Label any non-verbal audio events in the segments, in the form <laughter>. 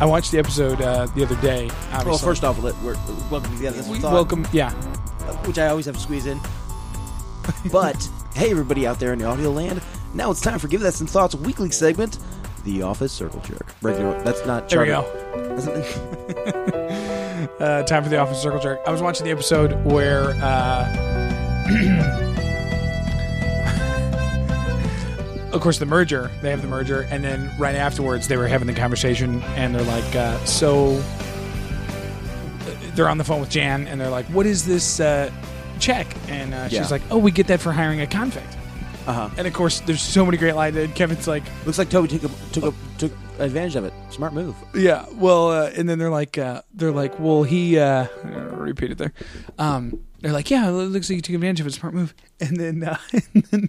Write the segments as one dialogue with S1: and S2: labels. S1: I watched the episode uh, the other day. Obviously.
S2: Well, first off, let, we're, welcome to the Other
S1: we,
S2: Thought,
S1: welcome. Yeah,
S2: which I always have to squeeze in.
S1: <laughs>
S2: But hey, everybody out there in the audio land, now it's time for Give That Some Thoughts weekly segment, The Office Circle Jerk. Regular, that's not.
S1: there we
S2: Charlie.
S1: go.
S2: That's not-
S1: <laughs> Uh, time for the office circle jerk. I was watching the episode where uh, of course the merger they have the merger and then right afterwards they were having the conversation and they're like uh, so uh, they're on the phone with jan and they're like what is this uh, check and uh,
S2: Yeah.
S1: she's like oh we get that for hiring a convict
S2: Uh-huh.
S1: and of course there's so many great lines and kevin's like
S2: Looks like Toby took a, took a, took advantage of it. Smart move.
S1: Yeah. Well, uh, and then they're like, uh, they're like, well, he uh, I repeat it there. Um, they're like, yeah, it looks like you took advantage of a smart move. <laughs> And then, uh, and then,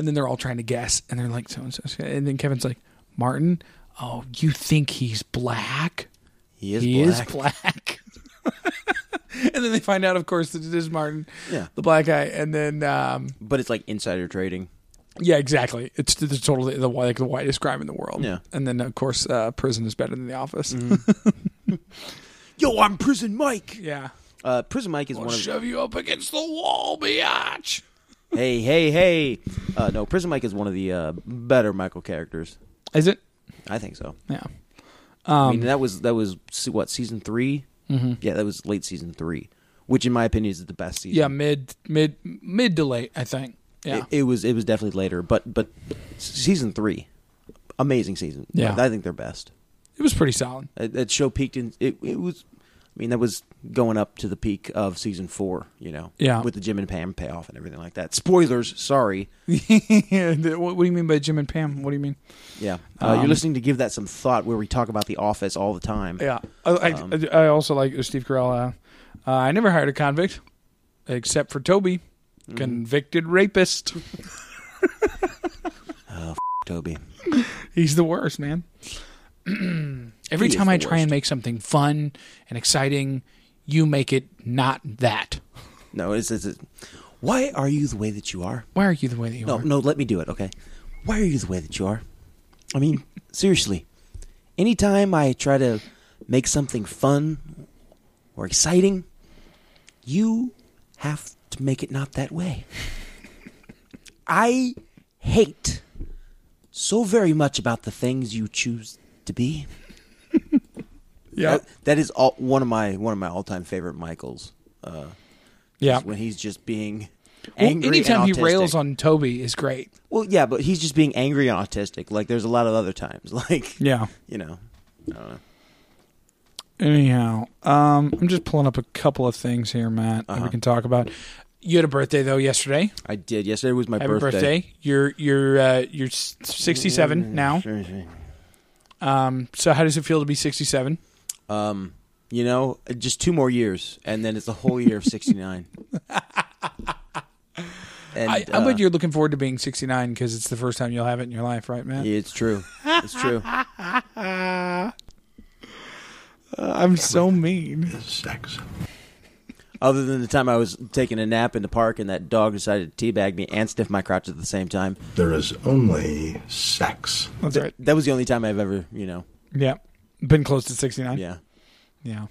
S1: and then they're all trying to guess, and they're like, so and so. And then Kevin's like, Martin, oh, you think he's black?
S2: He is
S1: he
S2: black.
S1: is black. <laughs> and then they find out, of course, that it is Martin,
S2: Yeah.
S1: the black guy. And then, um,
S2: But it's like insider trading.
S1: yeah, exactly. It's the, the totally the like the whitest crime in the world.
S2: Yeah. Mm-hmm.
S1: And then, of course, uh, prison is better than the office.
S2: Yo, I'm Prison Mike.
S1: <laughs> yeah.
S2: Uh, Prison Mike is one of
S1: shove you up against the wall, biatch.
S2: hey hey hey. Uh, no, Prison Mike is one of the uh, better Michael characters.
S1: Is it?
S2: I think so.
S1: Yeah.
S2: I
S1: Um,
S2: mean, that was that was se- what season 3 Mm-hmm. Yeah, that was late season three, which in my opinion is the best season.
S1: Yeah, mid mid mid to late, I think. Yeah.
S2: It, it was it was definitely later, but but s- season three, amazing season.
S1: Yeah.
S2: I, I think they're best.
S1: It was pretty solid.
S2: That that show peaked in it. It was, I mean, that was going up to the peak of season four. You know,
S1: Yeah.
S2: with the Jim and Pam payoff and everything like that. Spoilers, sorry.
S1: <laughs> yeah, the- what, what do you mean by Jim and Pam? What do you mean?
S2: Yeah, uh,
S1: Um,
S2: you're listening to give that some thought, where we talk about The Office all the time.
S1: Yeah. I, I, I also like Steve Carell. Uh, uh, I never hired a convict except for Toby, Mm-hmm. convicted rapist.
S2: Toby.
S1: He's the worst, man. <clears throat> Every
S2: He is
S1: time I
S2: the
S1: try and
S2: worst.
S1: make something fun and exciting, you make it not that.
S2: No, it's, it's, it's why are you the way that you are?
S1: Why are you the way that you
S2: No,
S1: are?
S2: no, let me do it, okay? Why are you the way that you are? I mean, seriously. Anytime I try to make something fun or exciting, you have to make it not that way. I hate so very much about the things you choose to be.
S1: Yeah.
S2: That- that is all, one of my one of my all time favorite Michaels. Uh,
S1: Yeah.
S2: when he's just being
S1: Well,
S2: angry. and
S1: anytime he rails
S2: autistic.
S1: on Toby is great.
S2: Well, yeah, but he's just being angry and autistic. Like there's a lot of other times, <laughs> like
S1: Yeah.
S2: you know, I don't know.
S1: Anyhow, um, I'm just pulling up a couple of things here, Matt, that we can talk about. You had a birthday though yesterday.
S2: I did yesterday was my
S1: Happy birthday! You're you're uh, you're s- 67 now. Um, so how does it feel to be 67?
S2: Um, you know, just two more years, and then it's a whole year
S1: <laughs>
S2: of '69. and
S1: I, I
S2: uh,
S1: bet you're looking forward to being 69 because it's the first time you'll have it in your life, right, Matt?
S2: yeah, it's true. It's true.
S1: I'm so mean.
S2: Other than the time I was taking a nap in the park, and that dog decided to teabag me and sniff my crotch at the same time.
S3: There is only sex.
S1: That's right.
S2: That was the only time I've ever, you know,
S1: Yeah, been close to 69.
S2: yeah.
S1: yeah.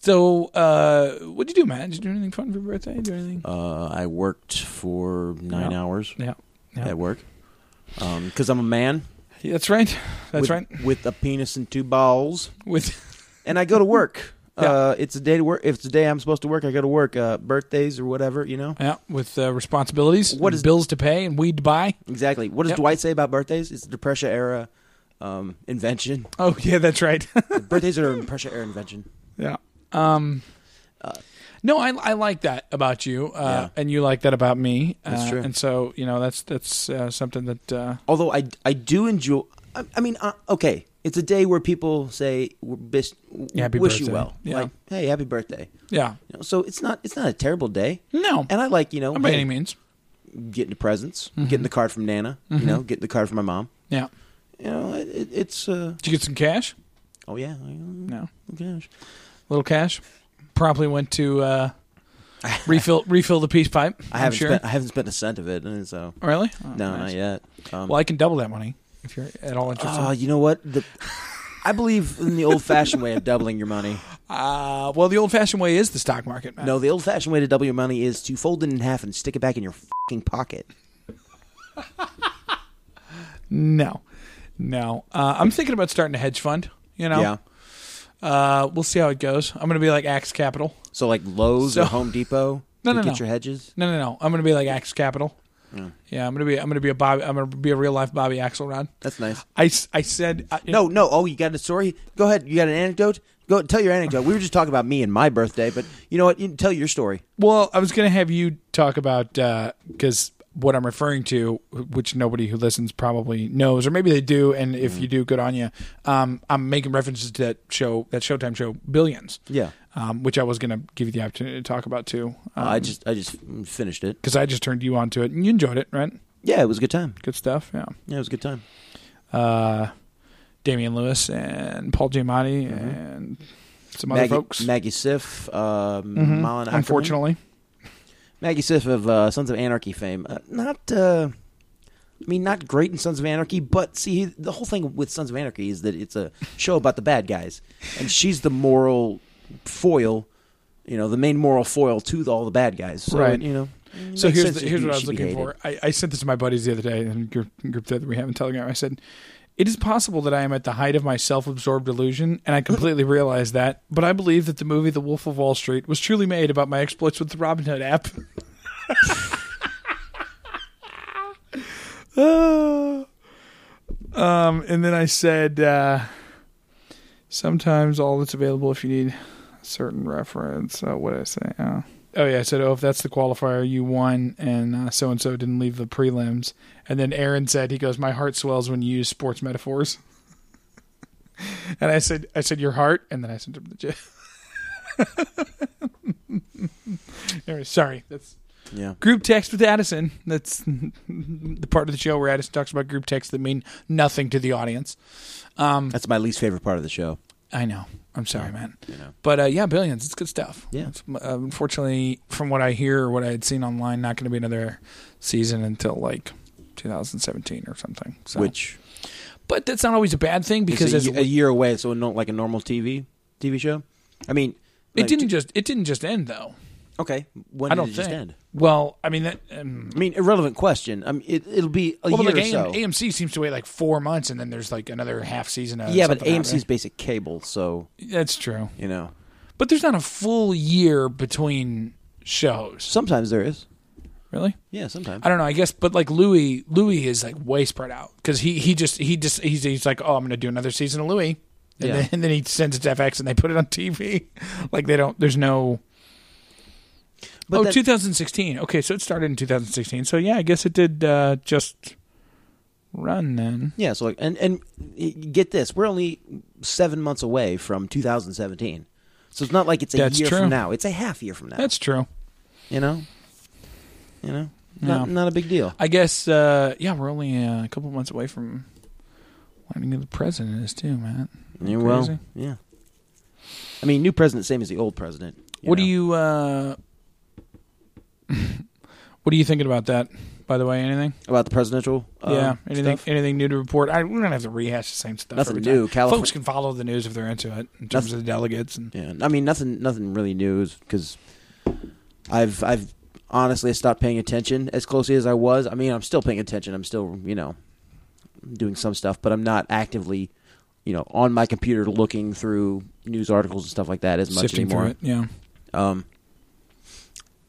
S1: So, uh, what'd you do, Matt? Did you do anything fun for your birthday? Do anything?
S2: Uh, I worked for nine
S1: Yeah.
S2: hours
S1: yeah. Yeah.
S2: at work because I'm a man.
S1: That's right. That's
S2: with,
S1: right.
S2: With a penis and two balls,
S1: With
S2: and I go to work.
S1: <laughs> Yeah.
S2: Uh, it's a day to work. If it's a day I'm supposed to work, I go to work. Uh, birthdays or whatever, you know.
S1: Yeah, with uh, responsibilities,
S2: What
S1: and
S2: is-
S1: bills to pay and weed to buy?
S2: Exactly. What does
S1: Yep.
S2: Dwight say about birthdays? It's a Depression era um,
S1: <laughs>
S2: invention.
S1: Oh yeah, that's
S2: <laughs>
S1: right.
S2: birthdays are a Depression era invention.
S1: yeah. Um,
S2: Uh,
S1: no, I I like that about you, uh, and you like that about me.
S2: That's
S1: uh,
S2: true.
S1: And so you know that's that's uh, something that uh,
S2: Although I I do enjoy. I, I mean, uh, okay, It's a day where people say w- bis- w-
S1: Happy
S2: wish you
S1: birthday.
S2: well.
S1: Yeah.
S2: Like, hey, happy birthday.
S1: Yeah.
S2: You know, so it's not it's not a terrible day.
S1: No.
S2: And I like, you know,
S1: Not by
S2: hey,
S1: any means.
S2: getting the presents,
S1: Mm-hmm.
S2: getting the card from Nana, you know, getting the card from my mom.
S1: Yeah.
S2: You know, it, it, it's uh
S1: Did you get some cash?
S2: oh yeah, oh
S1: No.
S2: gosh.
S1: little cash. Probably went to
S2: <laughs>
S1: uh, refill refill the peace pipe.
S2: I
S1: I'm
S2: haven't
S1: sure.
S2: spent I haven't spent a cent of it, and so
S1: Really? Oh,
S2: no, not yet. Um,
S1: Well, I can double that money if you're at all interested.
S2: oh, you know what?
S1: <laughs>
S2: The, I believe in the old-fashioned way of doubling your money.
S1: Uh, well, the old-fashioned way is the stock market. Matt.
S2: No, the old fashioned way to double your money is to fold it in half and stick it back in your fucking pocket.
S1: no, no. Uh, I'm thinking about starting a hedge fund. You know, uh, we'll see how it goes. I'm going to be like Axe Capital.
S2: So like Lowe's
S1: So-
S2: or Home Depot
S1: No,
S2: to
S1: no,
S2: get
S1: no.
S2: your hedges.
S1: No, no, no. I'm going to be like Axe Capital.
S2: Mm.
S1: Yeah, I'm going to be. I'm going to be a Bobby. I'm going to be a real life Bobby Axelrod.
S2: That's nice.
S1: I, s- I said uh, I,
S2: No, no. Oh, you got a story? Go ahead. You got an anecdote? Go tell your anecdote. We were just talking about me and my birthday, but you know what? You tell your story.
S1: Well, I was going to have you talk about because what I'm referring to, which nobody who listens probably knows, or maybe they do, and if
S2: Mm.
S1: you do, good on you. Um, I'm making references to that show, that Showtime show, Billions.
S2: Yeah.
S1: Um, which I was going to give you the opportunity to talk about too,
S2: Uh, I just I just finished it.
S1: because I just turned you on to it and you enjoyed it, right?
S2: Yeah, it was a good time.
S1: Good stuff. Yeah.
S2: Yeah, it was a good time.
S1: Uh, Damian Lewis and Paul Giamatti and some other
S2: Mm-hmm. Maggie,
S1: folks. Mm-hmm.
S2: Maggie Siff, uh, Malin Ackerman.
S1: Unfortunately,
S2: Maggie Siff of uh, Sons of Anarchy fame. Uh, not, uh, I mean, not great in Sons of Anarchy, but see, the whole thing with Sons of Anarchy is that it's a show about the bad guys, and she's the moral foil, you know, the main moral foil to the, all the bad guys. So,
S1: Right.
S2: You know. it
S1: So
S2: makes
S1: here's
S2: sense
S1: the,
S2: that
S1: here's
S2: he-
S1: what I was
S2: she'd be
S1: looking for.
S2: hated.
S1: I, I sent this to my buddies the other day in group, group that we have in Telegram. I said, "It is possible that I am at the height of my self-absorbed delusion, and
S2: <laughs>
S1: I completely realize that. But I believe that the movie The Wolf of Wall Street was truly made about my exploits with the
S2: <laughs>
S1: Robinhood app." <laughs> Ah. um, and then I said, uh, "Sometimes all that's available if you need." certain reference. Uh, what did I say? Uh, oh, yeah. I said, oh, if that's the qualifier, you won, and so and so didn't leave the prelims. And then Aaron said, he goes, my heart swells when you use sports metaphors. <laughs> and I said, I said, your heart, and then I sent him the gif. <laughs> anyway, sorry. That's
S2: Yeah.
S1: group text with Addison. That's <laughs> the part of the show where Addison talks about group texts that mean nothing to the audience.
S2: That's my least favorite part of the show.
S1: I know. I'm sorry, man. But uh, yeah, billions. It's good stuff.
S2: Yeah.
S1: It's, uh, unfortunately, from what I hear or what I had seen online, not going to be another season until like 2017 or something. So.
S2: Which
S1: but that's not always a bad thing because
S2: because
S1: as
S2: a, a year away, so no, like a normal TV TV show. I mean,
S1: it
S2: like,
S1: didn't just it didn't just end though.
S2: Okay, when
S1: I don't
S2: did it
S1: think.
S2: just end?
S1: Well, I mean, that, um,
S2: I mean, irrelevant question. I mean, it, it'll be a
S1: well,
S2: year
S1: but like
S2: or
S1: AM,
S2: so.
S1: AMC seems to wait like four months, and then there's like another half season. Of
S2: yeah, but
S1: something
S2: AMC's
S1: happening.
S2: basic cable, so
S1: that's true.
S2: you know.
S1: But there's not a full year between shows,
S2: Sometimes there is.
S1: really.
S2: Yeah, sometimes.
S1: I don't know. I guess, but like Louis, Louis is like way spread out because he he just he just he's, he's like, oh, I'm gonna do another season of Louis, and,
S2: Yeah.
S1: then, and then he sends it to FX and they put it on TV. <laughs> Like they don't. There's no.
S2: But
S1: oh,
S2: that-
S1: 2016. Okay, so it started in 2016. So yeah, I guess it did uh, just run then.
S2: yeah, so like, and and y- get this, we're only seven months away from 2017, so it's not like it's a
S1: That's
S2: year
S1: true.
S2: from now. It's a half year from now.
S1: That's true.
S2: you know, you know, not,
S1: No.
S2: not a big deal.
S1: I guess. Uh, yeah, we're only uh, a couple months away from learning who the president is too, Matt.
S2: Yeah, well,
S1: Crazy.
S2: yeah. I mean, new president, same as the old president.
S1: what
S2: know.
S1: do you? Uh, <laughs> what are you thinking about that? By the way, anything?
S2: about the presidential? Uh,
S1: yeah. Anything?
S2: stuff?
S1: Anything new to report? I, we don't have to rehash the same stuff.
S2: Nothing
S1: every
S2: new.
S1: Time.
S2: Calif-
S1: Folks can follow the news if they're into it in terms of the delegates and
S2: Yeah, I mean nothing, nothing really new because I've I've honestly stopped paying attention as closely as I was. I mean, I'm still paying attention. I'm still you know doing some stuff, but I'm not actively you know on my computer looking through news articles and stuff like that as much
S1: sifting
S2: anymore.
S1: through it. Yeah.
S2: Um,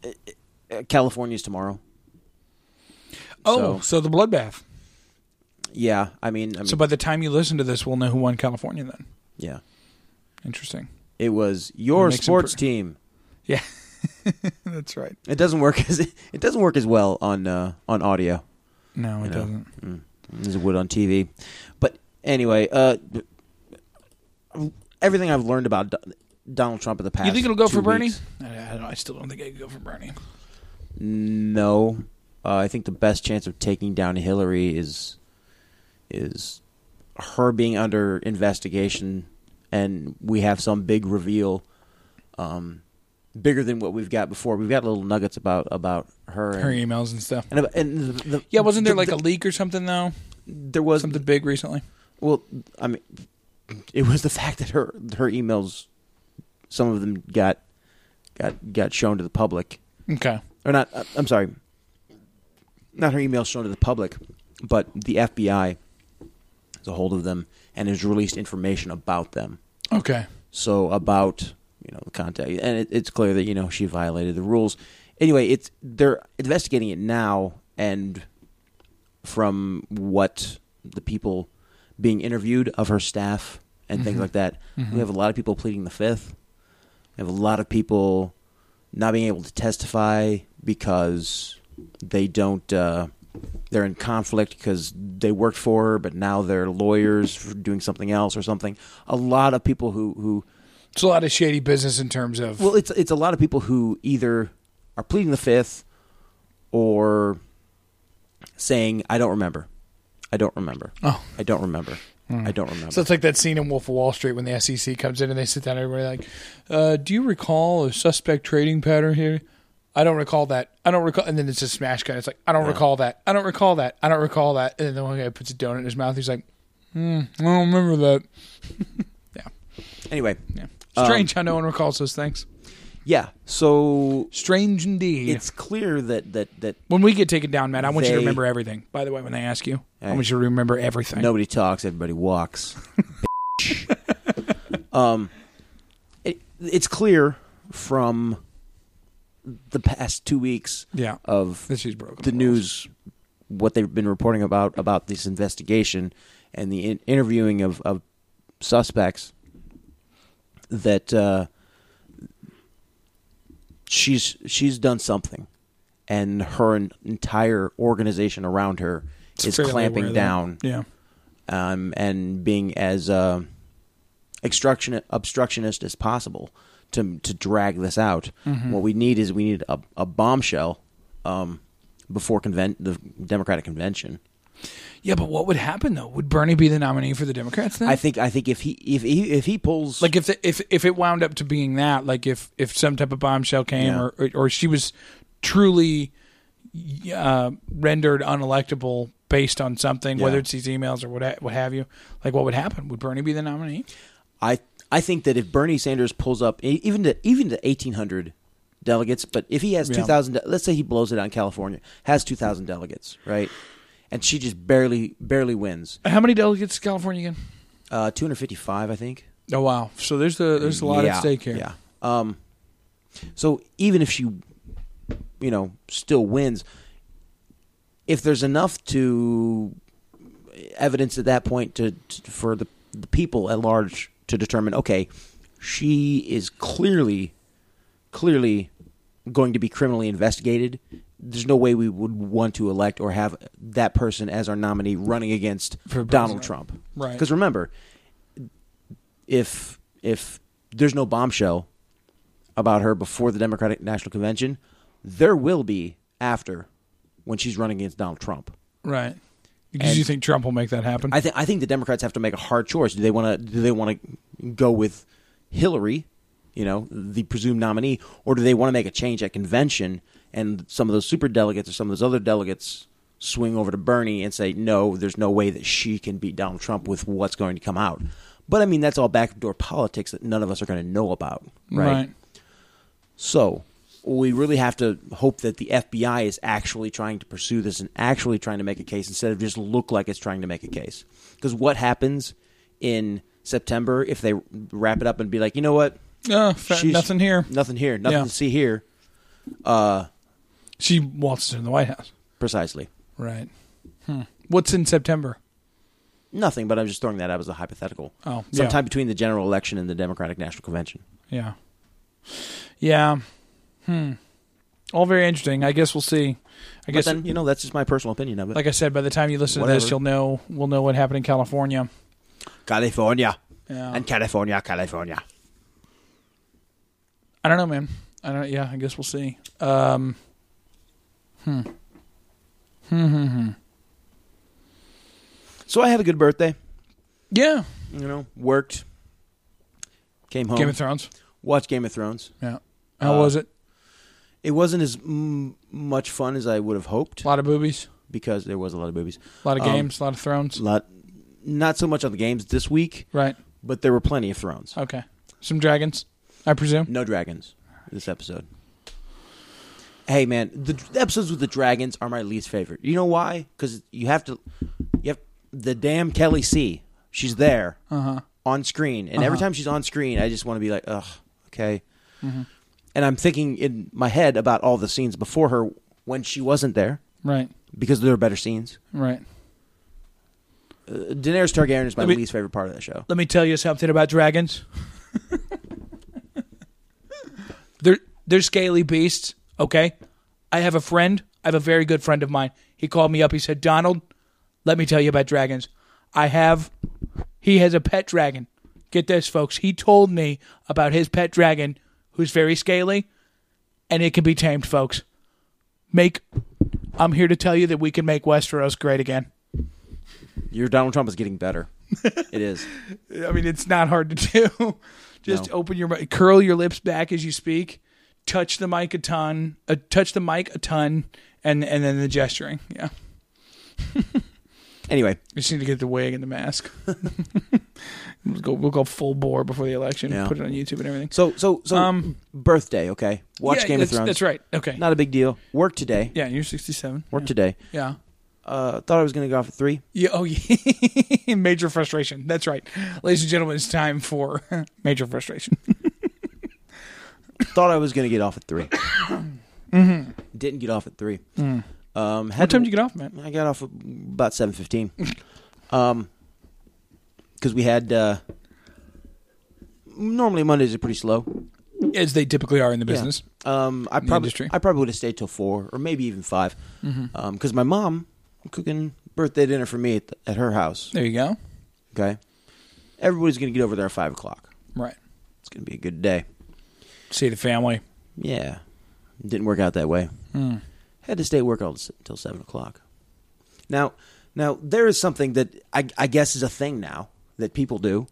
S2: uh, uh, California's tomorrow.
S1: Oh, so,
S2: So-
S1: the bloodbath.
S2: Yeah, I mean, I mean
S1: So by the time you listen to this, we'll know who won California. Then
S2: yeah, <laughs>
S1: interesting.
S2: it was your
S1: It makes
S2: sports
S1: impro-
S2: team.
S1: Yeah, that's right.
S2: It doesn't work <laughs> as it doesn't work as well on uh, on audio.
S1: No, it doesn't.
S2: as it would on TV. But anyway, uh, everything I've learned about Do- Donald Trump in the past.
S1: You think it'll go
S2: two
S1: for Bernie?
S2: weeks-
S1: I, I, don't- I still don't think I could go for Bernie.
S2: No, uh, I think the best chance of taking down Hillary is is her being under investigation, and we have some big reveal, um, bigger than what we've got before. We've got little nuggets about about her. And,
S1: Her emails and stuff.
S2: and, ab- and the, the-
S1: Yeah, wasn't there
S2: the-
S1: like
S2: the-
S1: a leak or something though?
S2: there was
S1: Something big recently.
S2: Well, I mean, it was the fact that her her emails, some of them got got got shown to the public,
S1: Okay.
S2: or not. uh, I'm sorry, not her emails shown to the public, but the FBI is a hold of them and has released information about them.
S1: Okay.
S2: So about you know the contact, and it, it's clear that you know she violated the rules. Anyway, it's they're investigating it now, and from what the people being interviewed of her staff and things like that, we have a lot of people pleading the fifth. We have a lot of people not being able to testify because they don't. Uh, they're in conflict because they worked for her, but now they're lawyers for doing something else or something. A lot of people who who
S1: It's a lot of shady business in terms of
S2: well, it's it's a lot of people who either are pleading the fifth or saying I don't remember. I don't remember.
S1: Oh.
S2: I don't remember. I don't remember.
S1: So it's like that scene in Wolf of Wall Street when the SEC comes in and they sit down and everybody like, uh, "Do you recall a suspect trading pattern here?" I don't recall that. I don't recall. And then it's a smash cut. It's like I don't recall that. I don't recall that. I don't recall that. And then the one guy puts a donut in his mouth. He's like, hmm, "I don't remember that."
S2: anyway,
S1: Yeah.
S2: Um,
S1: Strange how no one recalls those things.
S2: yeah. So
S1: Strange indeed.
S2: it's clear that that that
S1: when we get taken down, Matt, I want you to
S2: They-
S1: remember everything. By the way, when they ask you, I
S2: Hey.
S1: want you to remember everything.
S2: nobody talks, everybody walks. <laughs> Bitch. um, it, it's clear from the past two weeks
S1: Yeah.
S2: of
S1: This is broken.
S2: the
S1: rules.
S2: news what they've been reporting about about this investigation and the in- interviewing of, of suspects that uh, she's she's done something and her en- entire organization around her
S1: It's
S2: is
S1: fairly aware
S2: clamping
S1: of that.
S2: down
S1: Yeah.
S2: um, and being as uh, obstruction obstructionist as possible to to drag this out.
S1: Mm-hmm.
S2: What we need is we need a, a bombshell um, before conven- the Democratic convention.
S1: Yeah, but what would happen though? Would Bernie be the nominee for the Democrats then?
S2: I think I think if he if he if he pulls
S1: Mm-hmm. like if the, if if it wound up to being that like if if some type of bombshell came
S2: Yeah.
S1: or, or or she was truly uh, rendered unelectable based on something whether
S2: Yeah.
S1: it's these emails or what ha- what have you like what would happen would Bernie be the nominee
S2: I I think that if Bernie Sanders pulls up e- even to even to eighteen hundred delegates, but if he has
S1: Yeah.
S2: two thousand, de- let's say he blows it on California, has two thousand delegates, right? And she just barely barely wins,
S1: how many delegates to California again
S2: uh, two hundred fifty five, I think.
S1: oh wow so there's the there's a lot
S2: yeah,
S1: at stake here
S2: Yeah. Um, so even if she, you know, still wins, if there's enough to evidence at that point to, to for the the people at large to determine, okay, she is clearly, clearly going to be criminally investigated. There's no way we would want to elect or have that person as our nominee running against
S1: For
S2: Donald
S1: president.
S2: Trump.
S1: Right.
S2: Because remember, if if there's no bombshell about her before the Democratic National Convention, there will be after when she's running against Donald Trump.
S1: right because
S2: And-
S1: you think Trump will make that happen
S2: I think I think the Democrats have to make a hard choice. Do they want to do they want to go with Hillary, you know, the presumed nominee, or do they want to make a change at convention and some of those super delegates or some of those other delegates swing over to Bernie and say no, there's no way that she can beat Donald Trump with what's going to come out. But I mean, that's all backdoor politics that none of us are going to know about, right? So we really have to hope that the FBI is actually trying to pursue this and actually trying to make a case instead of just look like it's trying to make a case. Because what happens in September if they wrap it up and be like, you know what,
S1: Uh, fa-
S2: She's-
S1: nothing here
S2: nothing here, nothing
S1: Yeah.
S2: to see here, Uh,
S1: she waltzes in the White House
S2: precisely
S1: right hmm. what's in September
S2: nothing. But I'm just throwing that out as a hypothetical.
S1: Oh, yeah.
S2: sometime between the general election and the Democratic National Convention.
S1: Yeah. Yeah. Hmm. All very interesting. I guess we'll see. I
S2: But
S1: guess,
S2: then you know that's just my personal opinion of it.
S1: like I said, by the time you listen to this,
S2: Whatever.
S1: you'll know we'll know what happened in California.
S2: California,
S1: Oh.
S2: And California, California.
S1: I don't know, man. I don't. Yeah, I guess we'll see. Um, hmm. Hmm. Hmm. Hmm.
S2: So I had a good birthday.
S1: Yeah.
S2: You know, worked. Came home.
S1: Game of Thrones.
S2: watched Game of Thrones.
S1: Yeah. How
S2: uh,
S1: was it?
S2: It wasn't as m- much fun as I would have hoped
S1: A lot of boobies.
S2: because there was a lot of movies.
S1: A lot of
S2: Um,
S1: games. A lot of thrones.
S2: lot, not so much on the games this week,
S1: Right.
S2: but there were plenty of thrones.
S1: Okay. Some dragons, I presume.
S2: No dragons this episode. Hey man, the d- episodes with the dragons are my least favorite. You know why? Because you have to, you have the damn Kelly C. She's there on screen, and every time she's on screen, I just want to be like, ugh, okay. And I'm thinking in my head about all the scenes before her when she wasn't there
S1: Right.
S2: because there are better scenes.
S1: Right.
S2: Uh, Daenerys Targaryen is my
S1: Let me-
S2: least favorite part of that show.
S1: Let me tell you something about dragons. <laughs> they're they're scaly beasts, okay? I have a friend, I have a very good friend of mine. He called me up, he said, "Donald, let me tell you about dragons. I have he has a pet dragon. Get this, folks. He told me about his pet dragon who's very scaly and it can be tamed, folks. Make I'm here to tell you that we can make Westeros great again.
S2: Your Donald Trump is getting better. it is.
S1: I mean, it's not hard to do. <laughs> Just
S2: No.
S1: open your mi- curl your lips back as you speak. Touch the mic a ton. Uh, touch the mic a ton, and and then the gesturing. Yeah,
S2: Anyway,
S1: we just need to get the wig and the mask. <laughs> we'll go. We'll go full bore before the election.
S2: Yeah.
S1: Put it on YouTube and everything.
S2: so so so
S1: Um,
S2: birthday. Okay, watch
S1: Yeah,
S2: Game of
S1: that's-
S2: Thrones.
S1: That's right. Okay.
S2: Not a big deal. Work today.
S1: yeah, you're 67.
S2: Work today.
S1: Yeah.
S2: Uh, thought I was gonna go off at three.
S1: Yeah. Oh, yeah. <laughs> major frustration. That's right, ladies and gentlemen. It's time for <laughs> major frustration.
S2: Thought I was gonna get off at
S1: <coughs>
S2: 3 mm-hmm. Didn't get off at three. Um, had
S1: Mm-hmm. Mm. what time
S2: to-
S1: did you get off, man?
S2: I got off at about seven fifteen. um, because we had uh, normally Mondays are pretty slow.
S1: As they typically are in the
S2: Yeah.
S1: business.
S2: Um, I probably
S1: industry. Mm-hmm.
S2: I probably would have stayed till four or maybe even five. Um 'cause because my mom cooking birthday dinner for me at, the, at her house.
S1: There you go.
S2: Okay, everybody's gonna get over there at five o'clock.
S1: Right.
S2: It's gonna be a good day.
S1: See the family.
S2: Yeah, didn't work out that way. Had to stay at work all s- till seven o'clock. Now, now there is something that I, I guess is a thing now that people do.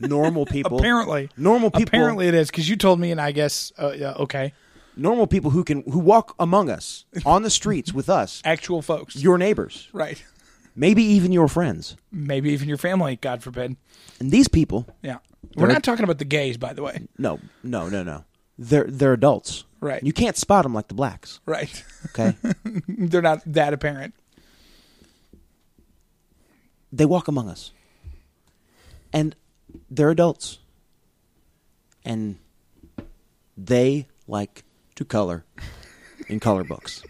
S2: normal people,
S1: Apparently,
S2: normal people,
S1: Apparently, it is because you told me, and I guess uh, yeah, okay,
S2: normal people who can who walk among us on the streets with us,
S1: actual folks,
S2: your neighbors,
S1: right?
S2: maybe even your friends,
S1: Maybe even your family, God forbid.
S2: and these people.
S1: Yeah, we're
S2: They're-
S1: not talking about the gays, by the way, <laughs>
S2: No, no, no, no. They're they're adults.
S1: Right.
S2: You can't spot them like the blacks.
S1: right? <laughs>
S2: Okay.
S1: They're not that apparent.
S2: they walk among us and they're adults and they like to color in color books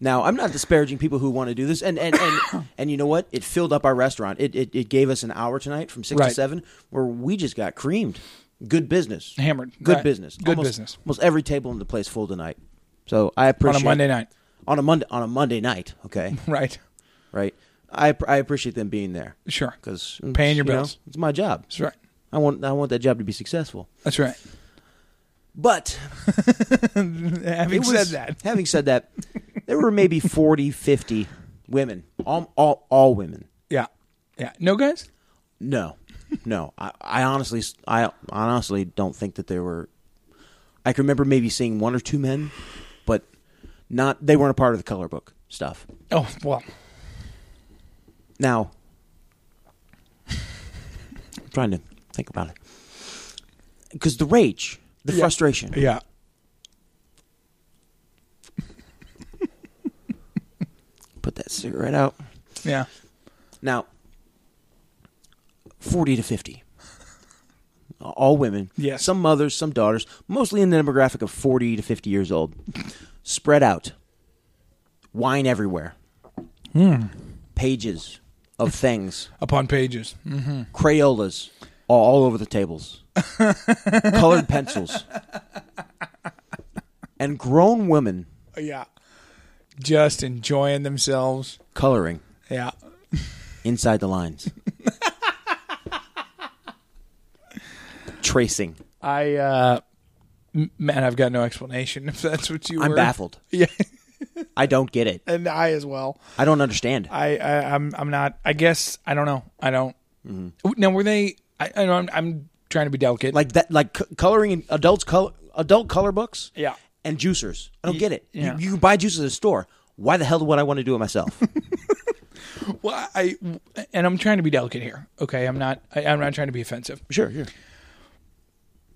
S2: now i'm not disparaging people who want to do this and and and, <coughs> and you know what it filled up our restaurant it, it it gave us an hour tonight from six
S1: Right.
S2: to seven where we just got creamed good business
S1: Hammered.
S2: good
S1: Right.
S2: business
S1: Good
S2: Almost-
S1: business.
S2: almost every table in the place full tonight so i appreciate
S1: Monday night.
S2: on a monday on a monday night okay
S1: Right?
S2: right? I I appreciate them being there
S1: Sure.
S2: because
S1: Paying your bills.
S2: it's my job.
S1: That's right.
S2: I want I want that job to be successful.
S1: That's right.
S2: But
S1: Having
S2: it was-
S1: said that, <laughs>
S2: having said that, there were maybe 40, 50 women, all all, all women.
S1: yeah, yeah. No guys.
S2: No, no. I, I honestly s- I honestly don't think that there were. I can remember maybe seeing one or two men, but not they weren't a part of the color book stuff.
S1: Oh well.
S2: Now, I'm trying to think about it because the rage, the frustration,
S1: Yeah.
S2: put that cigarette out.
S1: Yeah.
S2: Now, 40 to 50. All women.
S1: Yes.
S2: Some mothers, some daughters, mostly in the demographic of 40 to 50 years old. Spread out. Wine everywhere. Pages of things.
S1: Upon pages. Mm.
S2: Crayolas all, all over the
S1: <laughs>
S2: tables. Colored pencils. And grown women
S1: Yeah. Just enjoying themselves.
S2: coloring
S1: Yeah.
S2: inside the lines. tracing.
S1: I, uh, m- man, I've got no explanation <laughs> if that's what you
S2: I'm
S1: were.
S2: baffled. <laughs>
S1: Yeah,
S2: I don't get it.
S1: and I as well.
S2: I don't understand.
S1: I, I I'm I'm not. I guess I don't know. I don't. Now were they? I, I know. I'm, I'm trying to be delicate.
S2: Mm-hmm. like that, like c- coloring in adults color adult color books.
S1: Yeah.
S2: and juicers. I don't get it. You-
S1: yeah.
S2: You, can buy juices at a store. Why the hell would I want to do it
S1: <laughs>
S2: myself?
S1: well, I and I'm trying to be delicate here. Okay, I'm not. I, I'm not trying to be offensive.
S2: sure, sure.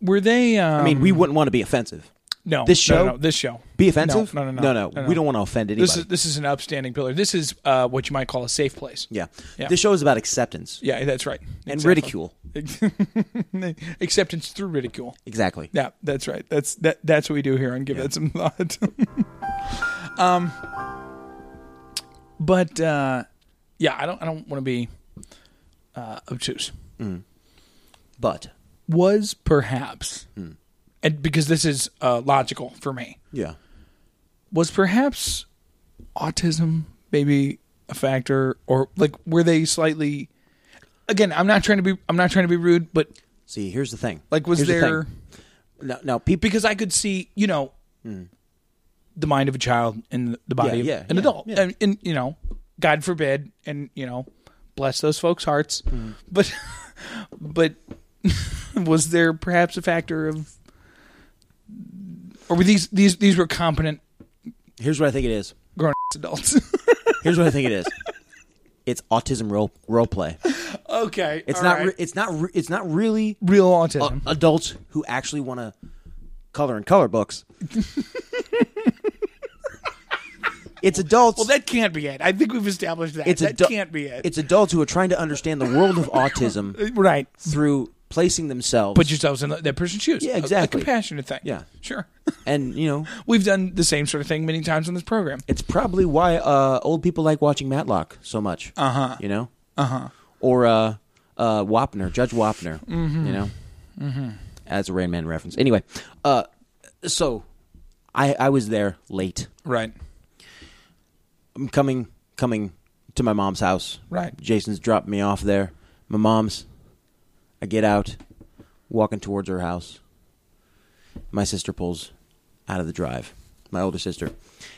S1: Were they? Um,
S2: I mean, we wouldn't want to be offensive.
S1: no.
S2: this
S1: no, no,
S2: show-
S1: no, this show.
S2: Be offensive?
S1: No, no, no,
S2: no, no. We don't want to offend anybody.
S1: This is this is an upstanding pillar. This is uh, what you might call a safe place.
S2: yeah.
S1: Yeah.
S2: This show is about acceptance
S1: Yeah, that's right.
S2: and
S1: Exactly.
S2: ridicule.
S1: <laughs> Acceptance through ridicule.
S2: Exactly.
S1: Yeah, that's right. That's that. That's what we do here on Give That Some Thought. <laughs> um, but uh, yeah, I don't. I don't want to be uh, obtuse.
S2: But
S1: Was perhaps,
S2: Hmm.
S1: and because this is uh, logical for me,
S2: yeah,
S1: was perhaps autism maybe a factor, or like were they slightly? Again, I'm not trying to be. I'm not trying to be rude, but
S2: see, here's the thing.
S1: like, was
S2: Here's the
S1: there?
S2: thing. no, no people?
S1: because I could see, you know, the mind of a child and the body
S2: Yeah, yeah,
S1: of an
S2: yeah,
S1: adult,
S2: yeah.
S1: And, and you know, God forbid, and you know, bless those folks' hearts, but <laughs> but <laughs> was there perhaps a factor of, or were these these these were competent
S2: Here's what I think it is.
S1: grown <laughs> adults?
S2: Here's what I think it
S1: <laughs>
S2: is. It's autism role role play.
S1: <laughs> okay,
S2: It's
S1: all
S2: not.
S1: right. Uh,
S2: Re- it's not. Re- it's not really
S1: real autism.
S2: a- adults who actually want to color in color
S1: <laughs>
S2: books. it's adults.
S1: well, that can't be it. I think we've established that.
S2: it's
S1: that
S2: adu-
S1: can't be it.
S2: It's adults who are trying to understand the world of
S1: <laughs>
S2: autism
S1: right.
S2: through placing themselves.
S1: Put yourselves in that person's shoes.
S2: Yeah,
S1: A-
S2: exactly.
S1: A, compassionate thing.
S2: Yeah.
S1: sure.
S2: and you know,
S1: We've done the same sort of thing many times on this program.
S2: it's probably why uh, old people like watching Matlock so much. Uh huh. You know. Uh huh. Or uh, uh, Wapner, Judge Wapner. You know. Mm-hmm. As a Rain Man reference. Anyway, uh, so I I was there late.
S1: Right.
S2: I'm coming coming to my mom's house.
S1: Right.
S2: Jason's dropped me off there. My mom's. I get out, walking towards her house. My sister pulls out of the drive. My older sister.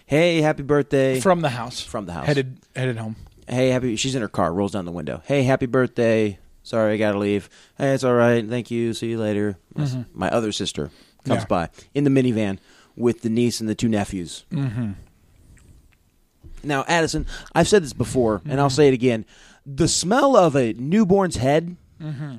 S2: Hey, happy birthday.
S1: From the house.
S2: From the house.
S1: Headed headed home.
S2: hey, happy. She's in her car. Rolls down the window. Hey, happy birthday. Sorry, I gotta leave. Hey, it's all right. Thank you. See you later. My, s- my other sister comes
S1: Mm-hmm. Yeah.
S2: by in the minivan with the niece and the two nephews. Mm-hmm. Now, Addison, I've said this before, and
S1: Mm-hmm.
S2: I'll say it again: the smell of a newborn's head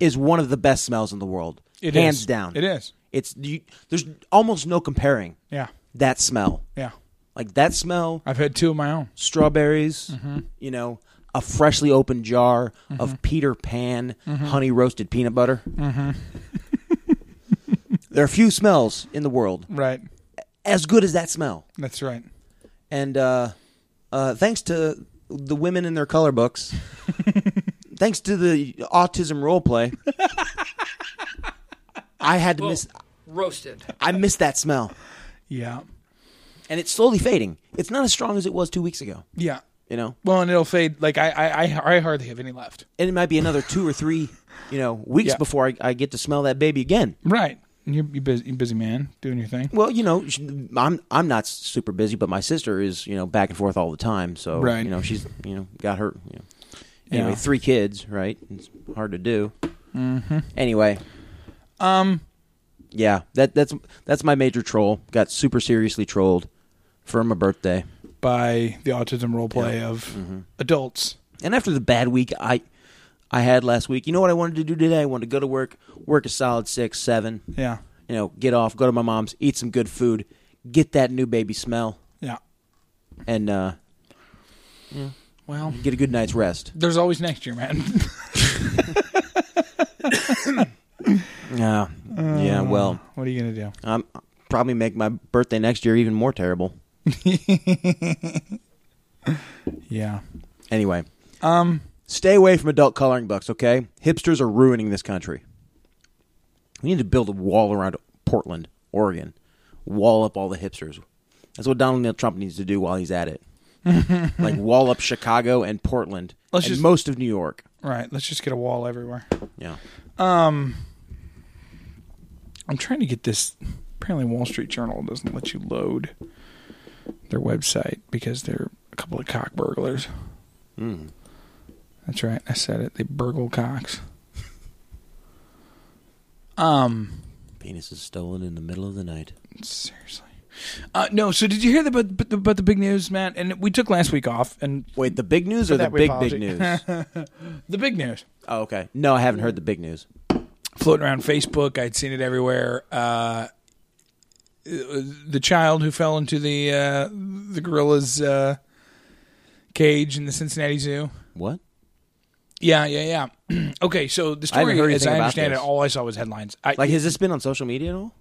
S2: is one of the best smells in the world,
S1: Mm-hmm. It
S2: hands
S1: is.
S2: down.
S1: It is.
S2: It's you, there's almost no comparing.
S1: Yeah.
S2: That smell,
S1: Yeah.
S2: like that smell
S1: I've had two of my own.
S2: strawberries, you know, a freshly opened jar of Peter Pan honey roasted peanut butter. <laughs> there are few smells in the world
S1: Right.
S2: as good as that smell.
S1: That's right.
S2: And uh, uh, thanks to the women in their color books, thanks to the autism role play, I had to miss.
S4: Roasted.
S2: I missed that smell,
S1: Yeah.
S2: and it's slowly fading. It's not as strong as it was two weeks ago.
S1: Yeah.
S2: You know,
S1: Well, and it'll fade. Like I, I, I, I hardly have any left.
S2: and it might be another two or three, you know, weeks
S1: Yeah.
S2: before I, I get to smell that baby again.
S1: Right. And you're, you busy, you busy man doing your thing.
S2: Well, you know, sh- I'm I'm not super busy, but my sister is, you know, back and forth all the time. So,
S1: Right.
S2: you know, she's, you know, got her. You know. Anyway,
S1: Yeah.
S2: three kids, right? It's hard to do.
S1: Mm-hmm.
S2: Anyway, um, yeah, that that's that's my major troll. Got super seriously trolled for my birthday,
S1: By the autism role play of adults.
S2: and after the bad week I I had last week, you know what I wanted to do today? I wanted to go to work, work a solid six, seven,
S1: Yeah.
S2: you know, get off, go to my mom's, eat some good food, get that new baby smell,
S1: Yeah.
S2: and uh,
S1: Well,
S2: get a good night's rest.
S1: there's always next year, man. <laughs>
S2: Yeah, yeah.
S1: Mm.
S2: Well,
S1: what are you gonna do?
S2: I'm probably make my birthday next year even more terrible.
S1: Yeah.
S2: Anyway, um, stay away from adult coloring books, okay? Hipsters are ruining this country. We need to build a wall around Portland, Oregon, wall up all the hipsters. That's what Donald Neil Trump needs to do while he's at
S1: <laughs>
S2: it. like wall up Chicago and Portland
S1: Let's
S2: and
S1: just-
S2: most of New York.
S1: Right. Let's just get a wall everywhere.
S2: Yeah.
S1: I'm trying to get this. Apparently, Wall Street Journal doesn't let you load their website because they're a couple of cock burglars. That's right. I said it. They burgle cocks. Um.
S2: Penis is stolen in the middle of the night.
S1: Seriously. Uh, no. So did you hear the but but the, but the big news, Matt? And we took last week off, and
S2: Wait, the big news or the
S1: that we
S2: big
S1: apologize.
S2: big news?
S1: <laughs> the big news
S2: oh, okay. No, I haven't heard the big news.
S1: floating around Facebook. I'd seen it everywhere. Uh, the child who fell into the uh, the gorilla's uh, cage in the Cincinnati Zoo.
S2: What?
S1: Yeah, yeah, yeah. <clears throat> okay, so the
S2: I haven't
S1: story,
S2: heard
S1: as
S2: anything
S1: I
S2: about
S1: understand it,
S2: this.
S1: all I saw was headlines. I,
S2: Like, has this been on social media at all?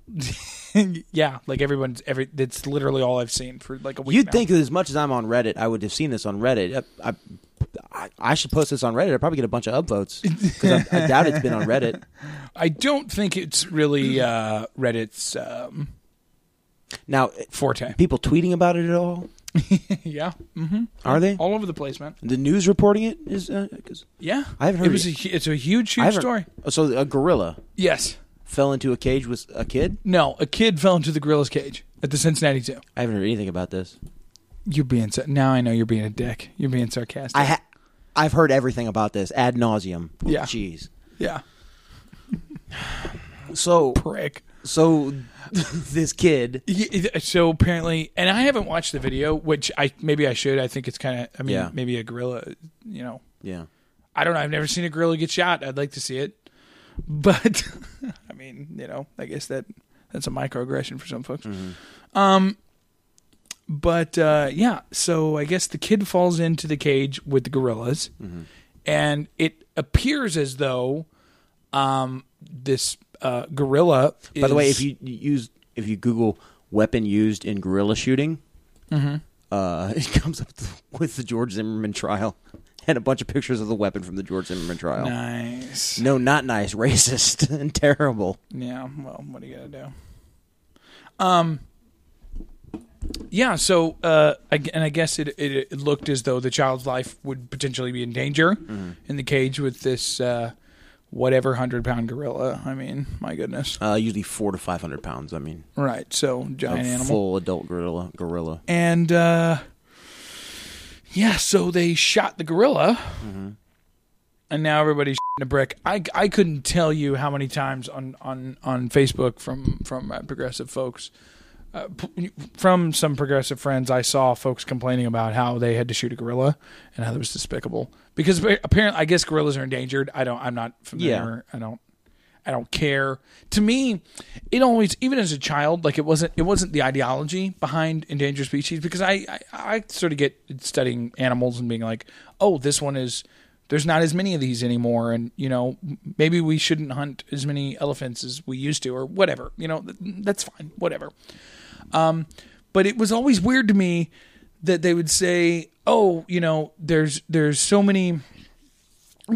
S1: <laughs> yeah, like everyone's every. That's literally all I've seen for like a week.
S2: You'd
S1: now.
S2: think that as much as I'm on Reddit, I would have seen this on Reddit. I, I, I- I should post this on Reddit. I'd probably get a bunch of upvotes because I, I doubt it's been on
S1: <laughs>
S2: Reddit.
S1: I don't think it's really uh, Reddit's um,
S2: Now, it-
S1: forte.
S2: people tweeting about it at all?
S1: yeah,
S2: Are they?
S1: all over the place, man.
S2: The news reporting it is uh 'cause
S1: Yeah,
S2: I haven't heard
S1: It was a,
S2: it.
S1: hu- it's a huge,
S2: I
S1: huge
S2: haven't-
S1: story.
S2: Oh, So a gorilla
S1: Yes.
S2: fell into a cage with a kid.
S1: No, a kid fell into the gorilla's cage at the Cincinnati Zoo.
S2: I haven't heard anything about this.
S1: You're being sa- now. I know you're being a dick. You're being sarcastic.
S2: I ha- I've heard everything about this ad nauseum.
S1: Yeah.
S2: Jeez.
S1: yeah,
S2: So
S1: prick.
S2: so this kid.
S1: Y- y- So apparently, and I haven't watched the video, which I maybe I should. I think it's kind of. I mean,
S2: Yeah.
S1: maybe a gorilla. You know,
S2: Yeah.
S1: I don't know. I've never seen a gorilla get shot. I'd like to see it, but <laughs> I mean, you know, I guess that that's a microaggression for some folks. Um,
S2: Mm-hmm.
S1: but uh, yeah, so I guess the kid falls into the cage with the gorillas,
S2: Mm-hmm.
S1: and it appears as though um, this uh, gorilla.
S2: By the way,
S1: is-
S2: if you you use if you Google weapon used in gorilla shooting, uh, <laughs> it comes up with the George Zimmerman trial and a bunch of pictures of the weapon from the George Zimmerman trial.
S1: nice,
S2: No, not nice. <laughs> Racist and terrible.
S1: Yeah, well, what are you gonna do? Um, yeah. So, uh, I g and I guess it, it it looked as though the child's life would potentially be in danger in the cage with this uh, whatever hundred pound gorilla. I mean, my goodness.
S2: Uh, usually four to five hundred pounds. I mean,
S1: Right. So
S2: a
S1: giant animal.
S2: full adult gorilla. Gorilla.
S1: and uh, yeah, so they shot the gorilla, and now everybody's shitting a brick. I, I couldn't tell you how many times on on on Facebook from from uh, progressive folks. Uh, p- from some progressive friends, I saw folks complaining about how they had to shoot a gorilla and how that was despicable. Because appa- apparently, I guess gorillas are endangered. I don't. I'm not familiar. I don't. I don't care. To me, it always, even as a child, like it wasn't, it wasn't the ideology behind endangered species because I, I, I sort of get studying animals and being like, oh, this one is, there's not as many of these anymore, and you know, maybe we shouldn't hunt as many elephants as we used to, or whatever. You know, th- that's fine, whatever. Um, but it was always weird to me that they would say, oh, you know, there's, there's so many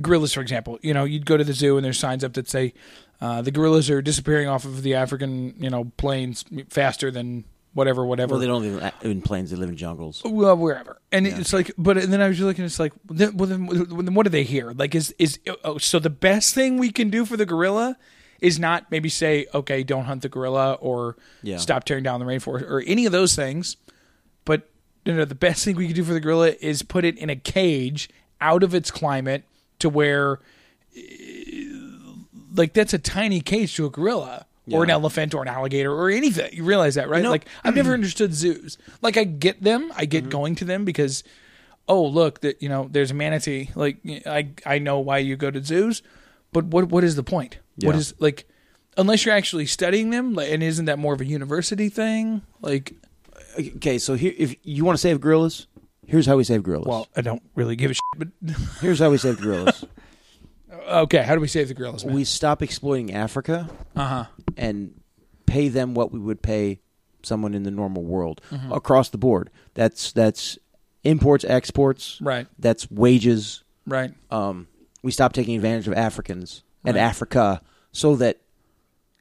S1: gorillas, for example, you know, you'd go to the zoo and there's signs up that say uh, the gorillas are disappearing off of the African, you know, plains faster than whatever, whatever.
S2: Well, they don't live in- in plains. They live in jungles.
S1: Well, wherever, and it's like, but then I was just looking. It's like, then- well, then, well, then what do they hear? Like, is is oh, so the best thing we can do for the gorilla is not maybe say, okay, don't hunt the gorilla or
S2: Yeah.
S1: stop tearing down the rainforest or any of those things. But you know, the best thing we can do for the gorilla is put it in a cage out of its climate to where, eh, like, that's a tiny cage to a gorilla. Or an
S2: Yeah.
S1: elephant, or an alligator, or anything. You realize that, right?
S2: know-
S1: like I've never understood zoos. Like I get them, I
S2: Mm-hmm.
S1: get going to them because, oh look, that you know, there's a manatee. Like I I know why you go to zoos, but what what is the point? What
S2: Yeah.
S1: is like, unless you're actually studying them, like, and isn't that more of a university thing? Like,
S2: Okay, so here, if you want to save gorillas, here's how we save gorillas.
S1: well, I don't really give a shit. But
S2: here's how we save gorillas.
S1: okay, how do we save the gorillas? Man?
S2: we stop exploiting Africa
S1: Uh huh.
S2: and pay them what we would pay someone in the normal world
S1: Mm-hmm.
S2: across the board. That's that's imports, exports.
S1: Right.
S2: That's wages.
S1: Right.
S2: Um, we stop taking advantage of Africans and Africa so that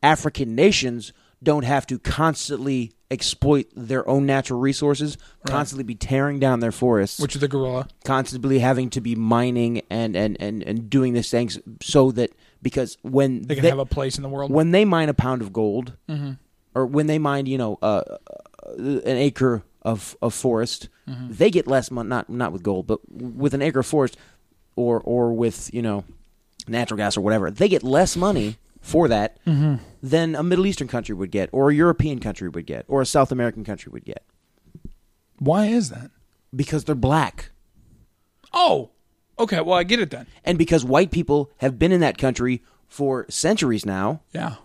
S2: African nations don't have to constantly exploit their own natural resources, constantly be tearing down their forests,
S1: Which is the gorilla.
S2: constantly having to be mining and and and, and doing these things so that because when
S1: They can have a Mm-hmm. place in the world.
S2: when they mine a pound of gold, or when they mine, you know, uh, an acre of, of forest,
S1: Mm-hmm.
S2: they get less money. Not not with gold, but with an acre of forest, or or with you know, natural gas or whatever, they get less money for that
S1: Mm-hmm.
S2: than a Middle Eastern country would get, or a European country would get, or a South American country would get,
S1: Why is that?
S2: because they're black.
S1: Oh, okay. Well, I get it then.
S2: And because white people have been in that country for centuries now,
S1: Yeah.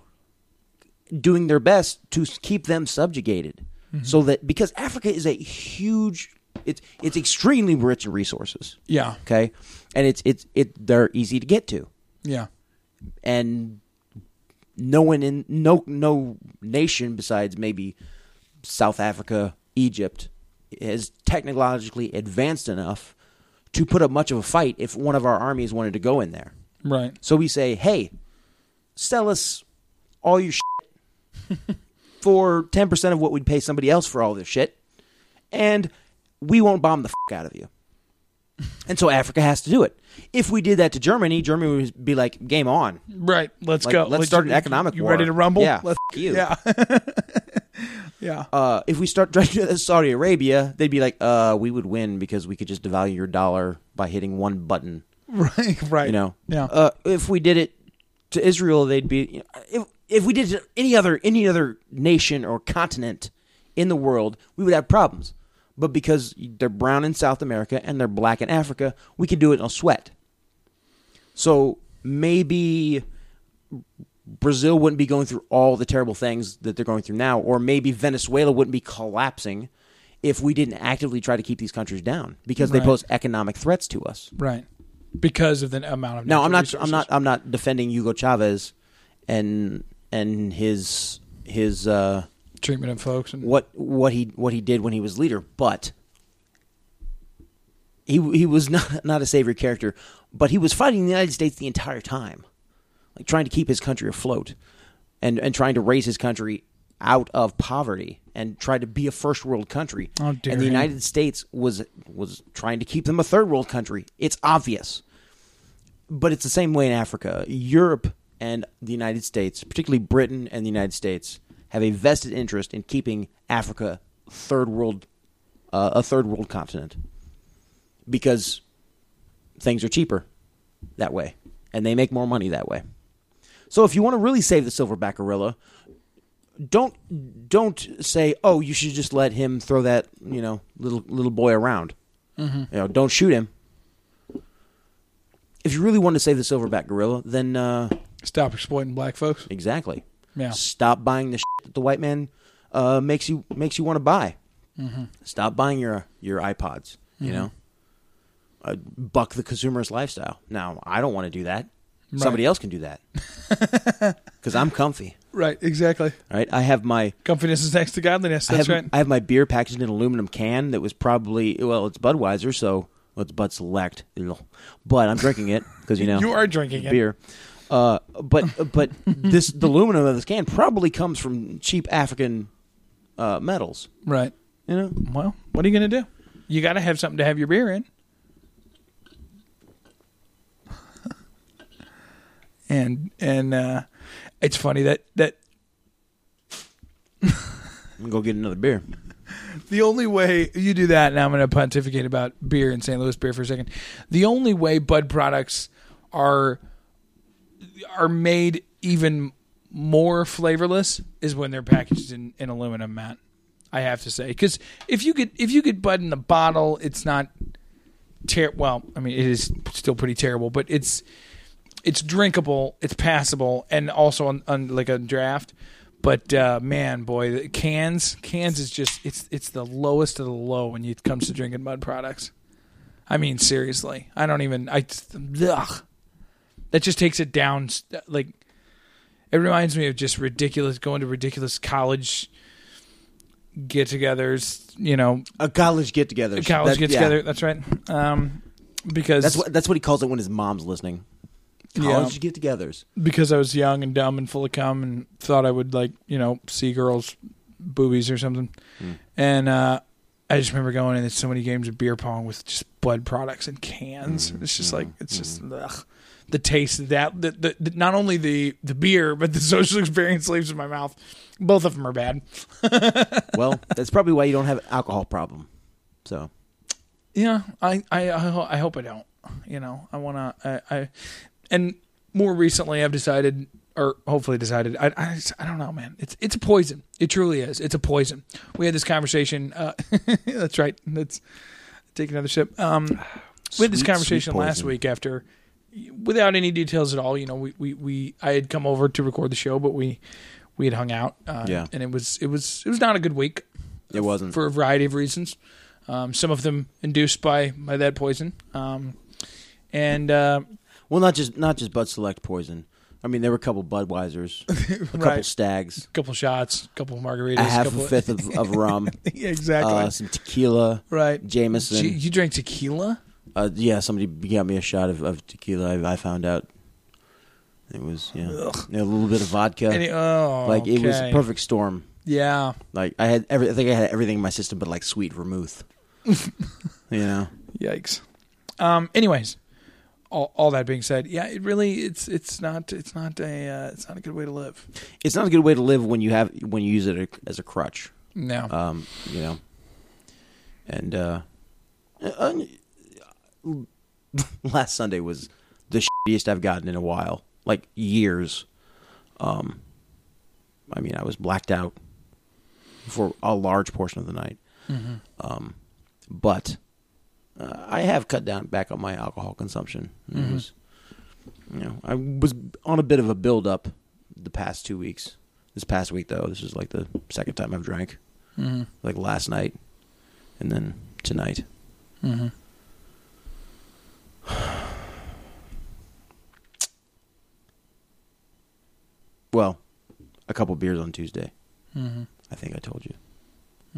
S2: doing their best to s- keep them subjugated so that because Africa is a huge it's it's extremely rich in resources
S1: Yeah.
S2: okay and it's it's it they're easy to get to
S1: Yeah.
S2: and no one in no no nation besides maybe South Africa Egypt is technologically advanced enough to put up much of a fight if one of our armies wanted to go in there
S1: Right.
S2: so we say, hey, sell us all your shit for 10% of what we'd pay somebody else for all this shit, and we won't bomb the fuck out of you. And so Africa has to do it. If we did that to Germany, Germany would be like, game on.
S1: Right. Let's
S2: Like,
S1: go.
S2: let's start an economic
S1: you
S2: war.
S1: ready to rumble?
S2: Yeah,
S1: Let's,
S2: fuck you.
S1: Yeah. yeah.
S2: Uh, if we start trying to do that to Saudi Arabia, they'd be like, uh, we would win because we could just devalue your dollar by hitting one button.
S1: <laughs> right. Right.
S2: You know,
S1: Yeah.
S2: Uh, if we did it to Israel, they'd be. You know, if if we did it to any other any other nation or continent in the world, we would have problems. But because they're brown in South America and they're black in Africa, we can do it in a sweat. So maybe Brazil wouldn't be going through all the terrible things that they're going through now, or maybe Venezuela wouldn't be collapsing if we didn't actively try to keep these countries down because they
S1: Right.
S2: pose economic threats to us.
S1: right. Because of the amount of
S2: No, I'm not.
S1: natural
S2: I'm not.
S1: resources.
S2: I'm not defending Hugo Chavez and and his his uh,
S1: treatment of folks and
S2: what what he what he did when he was leader, but he he was not <laughs> not a savior character, but he was fighting the United States the entire time, like trying to keep his country afloat, and and trying to raise his country out of poverty and try to be a first world country.
S1: Oh, dear
S2: and the
S1: him.
S2: United States was was trying to keep them a third world country. It's obvious, but it's the same way in Africa, Europe, and the United States, particularly Britain and the United States, have a vested interest in keeping Africa third world uh, a third world continent because things are cheaper that way and they make more money that way. So if you want to really save the silverback gorilla, don't don't say, "Oh, you should just let him throw that, you know, little little boy around." You know, don't shoot him. If you really want to save the silverback gorilla, then uh,
S1: stop exploiting black folks.
S2: exactly.
S1: Yeah.
S2: Stop buying the shit that the white man uh, makes you makes you want to buy. Stop buying your your iPods. You know, uh, buck the consumerist lifestyle. Now, I don't want to do that. Somebody else can do that because I'm comfy.
S1: Right. Exactly.
S2: All right, I have my
S1: Comfiness is next to godliness.
S2: I
S1: That's
S2: have,
S1: right.
S2: I have my beer packaged in an aluminum can that was probably well, it's Budweiser, so well, it's Bud Select, Ugh. but I'm drinking it because you know
S1: <laughs> You are drinking it.
S2: beer. Uh, but but this the aluminum of this can probably comes from cheap African uh, metals.
S1: right.
S2: You know,
S1: Well, what are you going to do? You got to have something to have your beer in. <laughs> and and uh, it's funny that that
S2: I'm gonna go get another beer.
S1: the only way you do that, and I'm going to pontificate about beer and St. Louis beer for a second. The only way Bud products are are made even more flavorless is when they're packaged in, in aluminum, Matt. I have to say, because if you get if you get Bud in the bottle, it's not ter- Well, I mean, it is still pretty terrible, but it's it's drinkable, it's passable, and also on, on like a draft. But uh, man, boy, the cans cans is just it's it's the lowest of the low when it comes to drinking mud products. I mean, seriously, I don't even I ugh. that just takes it down s- like it reminds me of just ridiculous going to ridiculous college get-togethers, you know,
S2: A college get together.
S1: college get-together. That's right. Um, because
S2: That's what that's what he calls it when his mom's listening. College get-togethers.
S1: because I was young and dumb and full of cum and thought I would like you know see girls boobies or something. And uh, I just remember going into so many games of beer pong with just blood products and cans. It's just like it's just ugh. the taste of that. The, the, the- not only the the beer, but the <laughs> social experience leaves in my mouth. Both of them are bad.
S2: well, that's probably why you don't have an alcohol problem. So
S1: Yeah, I I I, ho- I hope I don't. You know, I wanna I, I and more recently I've decided or hopefully decided I, I just- I don't know man it's it's a poison it truly is it's a poison we had this conversation uh <laughs> that's right let's take another sip um we had this
S2: Sweet,
S1: conversation
S2: sweet
S1: last
S2: poison.
S1: week after without any details at all you know we we, we I had come over to record the show but we we had hung out uh,
S2: Yeah.
S1: and it was it was it was not a good week
S2: it wasn't.
S1: for a variety of reasons. Um, some of them induced by by that poison. Um, and uh,
S2: well, not just not just Bud Select poison. I mean, there were a couple
S1: <laughs>
S2: Budweisers, a couple
S1: Right.
S2: Stags,
S1: couple shots, couple margaritas,
S2: a half
S1: couple
S2: a fifth of, of rum,
S1: <laughs> Yeah, exactly.
S2: uh, some tequila,
S1: right.
S2: Jameson.
S1: Gee, you drank tequila?
S2: Uh, yeah, somebody got me a shot of, of tequila. I, I found out it was yeah, Yeah, a little bit of vodka.
S1: Any- oh,
S2: Uh, like it was a
S1: okay.
S2: perfect storm.
S1: Yeah.
S2: Like I had, every, I think I had everything in my system, but like sweet
S1: <laughs>
S2: vermouth. you know,
S1: Yikes. Um, anyways, all, all that being said, yeah, it really it's it's not it's not a uh, it's not a good way to live.
S2: it's not a good way to live when you have when you use it as a crutch.
S1: No.
S2: Um, you know, and uh, uh, <laughs> last Sunday was the shittiest I've gotten in a while, like years. Um, I mean, I was blacked out for a large portion of the night. Um, but uh, I have cut down back on my alcohol consumption. It was- you know, I was on a bit of a build up the past two weeks. This past week, though, this is like the second time I've drank.
S1: Mm-hmm.
S2: Like last night, and then tonight.
S1: Mm-hmm.
S2: <sighs> Well, a couple beers on Tuesday.
S1: Mm-hmm.
S2: I think I told you.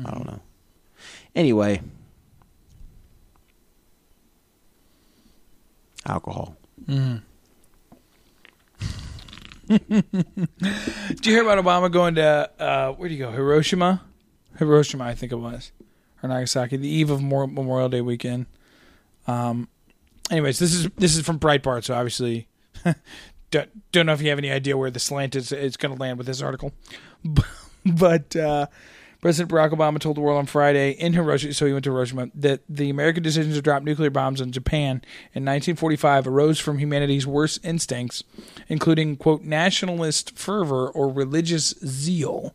S2: I don't know. Anyway, alcohol.
S1: Did you hear about Obama going to uh, where do you go? Hiroshima, Hiroshima, I think it was, or Nagasaki, the eve of Mor- Memorial Day weekend. Um. Anyways, this is this is from Breitbart, so obviously, <laughs> don't don't know if you have any idea where the slant is. It's going to land with this article, <laughs> but uh, President Barack Obama told the world on Friday in Hiroshima, so he went to Hiroshima, that the American decision to drop nuclear bombs on Japan in 1945 arose from humanity's worst instincts, including, quote, nationalist fervor or religious zeal.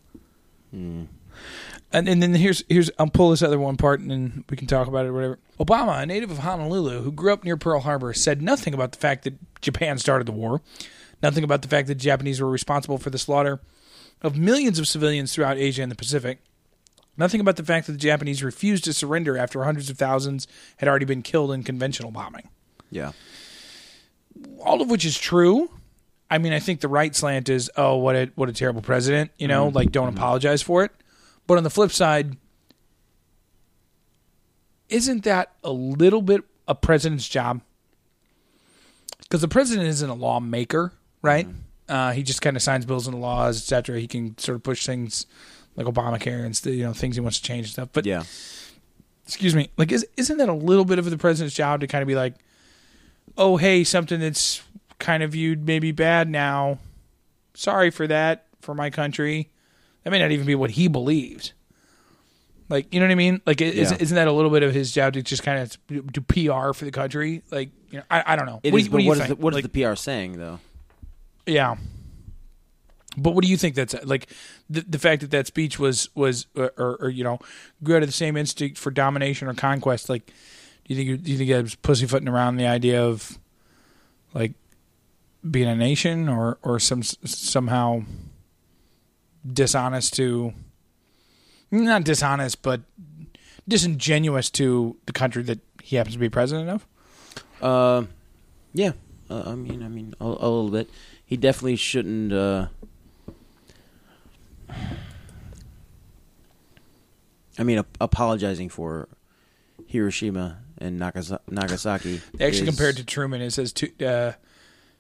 S1: And, and then here's here's I'll pull this other one part and then we can talk about it or whatever. Obama, a native of Honolulu who grew up near Pearl Harbor, said nothing about the fact that Japan started the war, nothing about the fact that the Japanese were responsible for the slaughter of millions of civilians throughout Asia and the Pacific. Nothing about the fact that the Japanese refused to surrender after hundreds of thousands had already been killed in conventional bombing.
S2: Yeah.
S1: All of which is true. I mean, I think the right slant is, oh, what a what a terrible president, you know, like don't apologize for it. But on the flip side, isn't that a little bit a president's job? Because the president isn't a lawmaker, right? Uh, he just kind of signs bills and laws, etc. He can sort of push things like Obamacare and st- you know things he wants to change and stuff. But
S2: Yeah.
S1: excuse me, like is, isn't that a little bit of the president's job to kind of be like, oh hey, something that's kind of viewed maybe bad now. Sorry for that for my country. That may not even be what he believes. Like you know what I mean? Like i- is,
S2: Yeah.
S1: isn't that a little bit of his job to just kind of do, do PR for the country? Like you know, I, I don't know.
S2: It
S1: what
S2: is,
S1: do you, what do
S2: but
S1: you
S2: what is, the,
S1: think?
S2: what is
S1: Like,
S2: the PR saying, though?
S1: yeah. But what do you think that's like? The, the fact that that speech was was or, or, or you know grew out of the same instinct for domination or conquest. Like, do you think do you think that was pussyfooting around the idea of like being a nation or or some somehow dishonest to not dishonest but disingenuous to the country that he happens to be president of?
S2: Uh, yeah. Uh, I mean, I mean, a, a little bit. He definitely shouldn't. Uh, I mean, ap- apologizing for Hiroshima and Nagasa- Nagasaki.
S1: They actually
S2: is-
S1: compared to Truman. It says two, uh,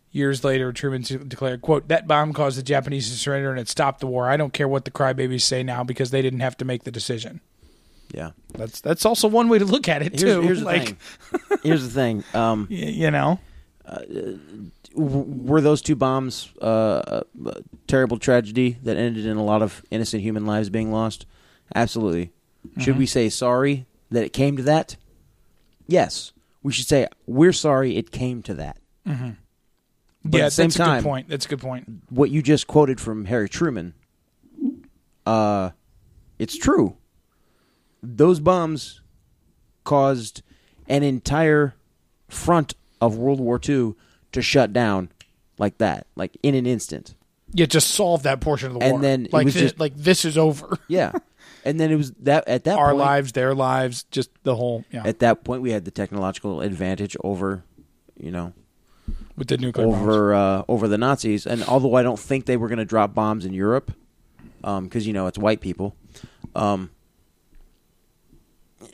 S1: Years later, Truman de- declared, quote, that bomb caused the Japanese to surrender and it stopped the war. I don't care what the crybabies say now because they didn't have to make the decision.
S2: Yeah.
S1: That's that's also one way <laughs> to look at it,
S2: Here's,
S1: too.
S2: here's the
S1: like,
S2: thing. Here's the thing. Um,
S1: y- you know,
S2: w- were those two bombs uh, a a terrible tragedy that ended in a lot of innocent human lives being lost? Absolutely. Should we say sorry that it came to that? Yes. We should say we're sorry it came to that.
S1: yeah,
S2: at the same
S1: that's a
S2: time-
S1: good point. That's a good point.
S2: What you just quoted from Harry Truman, uh, it's true. Those bombs caused an entire front of World War II to shut down like that, like in an instant.
S1: Yeah, just solve that portion of the
S2: And
S1: war.
S2: then it
S1: like,
S2: was
S1: thi-
S2: just-
S1: like this is <laughs> over.
S2: Yeah. And then it was that at that
S1: Our
S2: point,
S1: lives, their lives, just the whole yeah.
S2: at that point we had the technological advantage over you know
S1: with the nuclear bombs.
S2: over uh, over the Nazis and although I don't think they were going to drop bombs in Europe um, cuz you know it's white people um,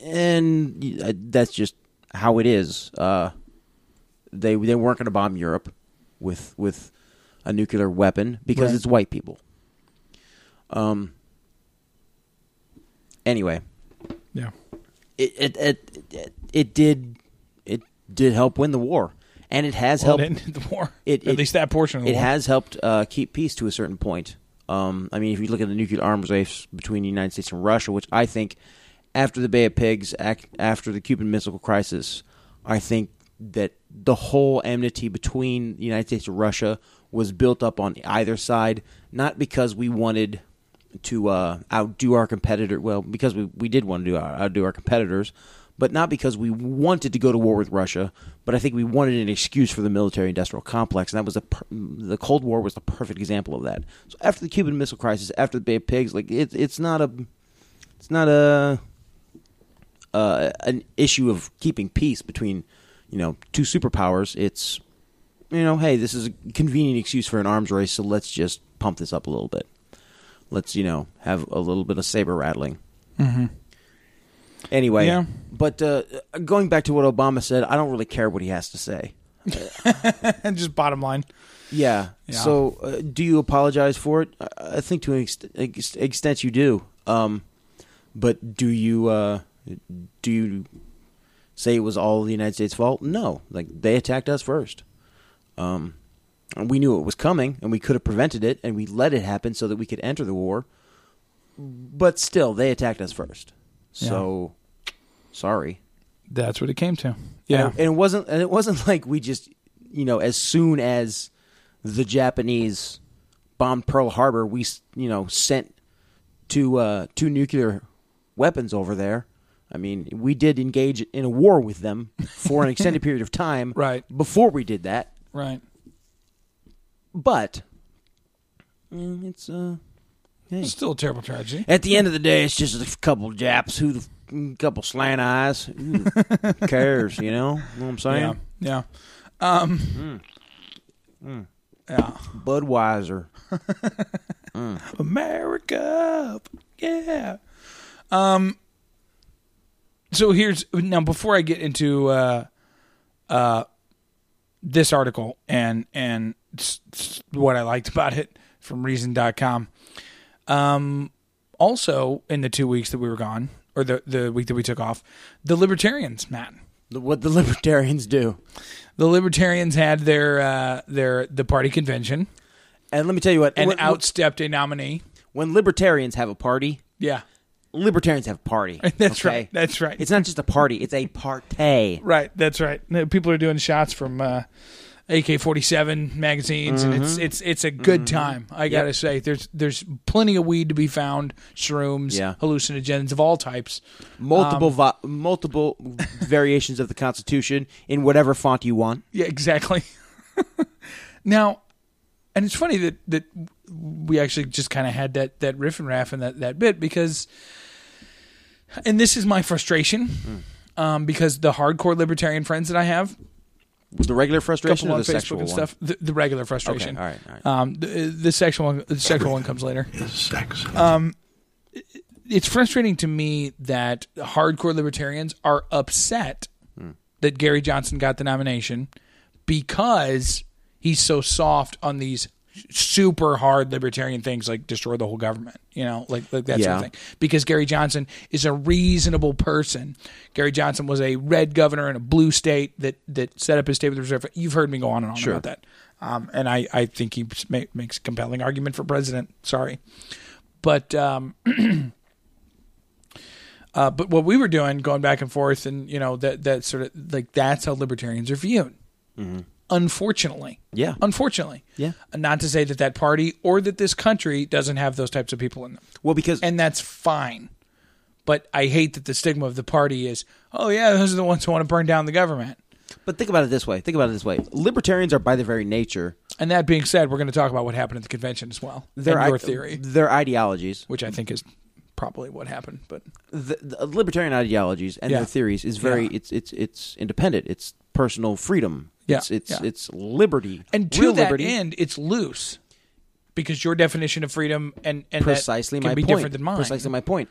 S2: and y- uh, that's just how it is uh, they they weren't going to bomb Europe with with a nuclear weapon because
S1: Right.
S2: it's white people um anyway
S1: Yeah,
S2: it it, it it it did it did help win the war, and it has
S1: well, it
S2: helped.
S1: ended the war.
S2: it-
S1: at
S2: it-
S1: least that portion of the
S2: it
S1: war.
S2: has helped uh, keep peace to a certain point. Um, I mean, if you look at the nuclear arms race between the United States and Russia, which I think, after the Bay of Pigs, ac- after the Cuban Missile Crisis, I think that the whole enmity between the United States and Russia was built up on either side, not because we wanted to uh, outdo our competitor. Well, because we, we did want to do our, outdo our competitors, but not because we wanted to go to war with Russia. But I think we wanted an excuse for the military-industrial complex, and that was a per- the Cold War was the perfect example of that. So after the Cuban Missile Crisis, after the Bay of Pigs, like it's it's not a it's not a uh, an issue of keeping peace between you know two superpowers. It's you know, hey, this is a convenient excuse for an arms race, so let's just pump this up a little bit let's you know have a little bit of saber rattling. Mm-hmm. Anyway,
S1: Yeah.
S2: but uh, going back to what Obama said, I don't really care what he has to say.
S1: and <laughs> just bottom line.
S2: Yeah. So, uh, do you apologize for it? I, I think to an ext- ex- extent you do. Um, but do you uh, do you say it was all the United States' fault? No. Like they attacked us first. Um, and we knew it was coming, and we could have prevented it, and we let it happen so that we could enter the war. But still, they attacked us first. So, sorry.
S1: That's what it came to. Yeah,
S2: And it wasn't and it wasn't <laughs> like we just you know as soon as the Japanese bombed Pearl Harbor, we s- you know sent two uh, two nuclear weapons over there. I mean, we did engage in a war with them for an extended period of time
S1: <laughs> Right.
S2: before we did that.
S1: right.
S2: But mm, it's uh
S1: Still a terrible tragedy.
S2: At the end of the day, it's just a couple Japs who the f- couple slant eyes.
S1: <laughs>
S2: Who cares, you know? Know what I'm saying?
S1: Yeah, yeah. Um, yeah.
S2: Budweiser.
S1: America. Yeah. Um so here's now before I get into uh uh this article and and s- s- what I liked about it from reason.com. Um also in the 2 weeks that we were gone or the the week that we took off, the libertarians, Matt.
S2: The- What the <laughs> libertarians do.
S1: The libertarians had their uh their the party convention
S2: And let me tell you what.
S1: and
S2: when,
S1: outstepped a nominee.
S2: when libertarians have a party,
S1: Yeah.
S2: libertarians have a party.
S1: <laughs> That's
S2: okay?
S1: right. That's right.
S2: It's not just a party, it's a party.
S1: Right, that's right. No, People are doing shots from uh, AK-47 magazines,
S2: Mm-hmm.
S1: and it's it's it's a good time. I gotta say, there's there's plenty of weed to be found, shrooms,
S2: Yeah.
S1: hallucinogens of all types.
S2: Multiple vi- multiple variations of the Constitution in whatever font you want.
S1: Yeah, exactly. <laughs> now, and it's funny that that we actually just kind of had that that riff and raff and that that bit because, and this is my frustration.
S2: Mm.
S1: Um, because the hardcore libertarian friends that I have,
S2: The regular frustration
S1: couple
S2: or
S1: on
S2: the
S1: Facebook
S2: sexual
S1: and
S2: one?
S1: stuff, the, the regular
S2: Okay,
S1: frustration.
S2: all right, all right.
S1: Um, the, the sexual one, the sexual one comes later.
S3: is sex.
S1: It's frustrating to me that hardcore libertarians are upset that Gary Johnson got the nomination because he's so soft on these super hard libertarian things like destroy the whole government, you know, like like that sort
S2: Yeah.
S1: of thing. Because Gary Johnson is a reasonable person. Gary Johnson was a red governor in a blue state that that set up his state with the reserve. You've heard me go on and on about that. Um, and I, I think he ma- makes a compelling argument for president. Sorry. But um, uh, but what we were doing, going back and forth, and you know that that sort of like that's how libertarians are viewed. Unfortunately,
S2: Mm-hmm. Yeah.
S1: unfortunately, Uh,
S2: Yeah.
S1: Not to say that that party or that this country doesn't have those types of people in them,
S2: Well, because
S1: and that's fine. But I hate that the stigma of the party is, oh yeah, those are the ones who want to burn down the government.
S2: but think about it this way. Think about it this way. Libertarians are by their very nature
S1: And that being said, we're going to talk about what happened at the convention as well.
S2: their
S1: and your
S2: i-
S1: theory,
S2: their ideologies,
S1: which I think is probably what happened, but
S2: the, the libertarian ideologies and
S1: Yeah.
S2: their theories is very
S1: Yeah.
S2: it's it's it's independent. It's personal freedom.
S1: Yeah.
S2: It's it's
S1: Yeah.
S2: it's liberty.
S1: and to
S2: Real
S1: that
S2: liberty.
S1: end, it's loose because your definition of freedom and and that
S2: precisely
S1: can
S2: my
S1: be
S2: point.
S1: different than mine.
S2: Precisely my point.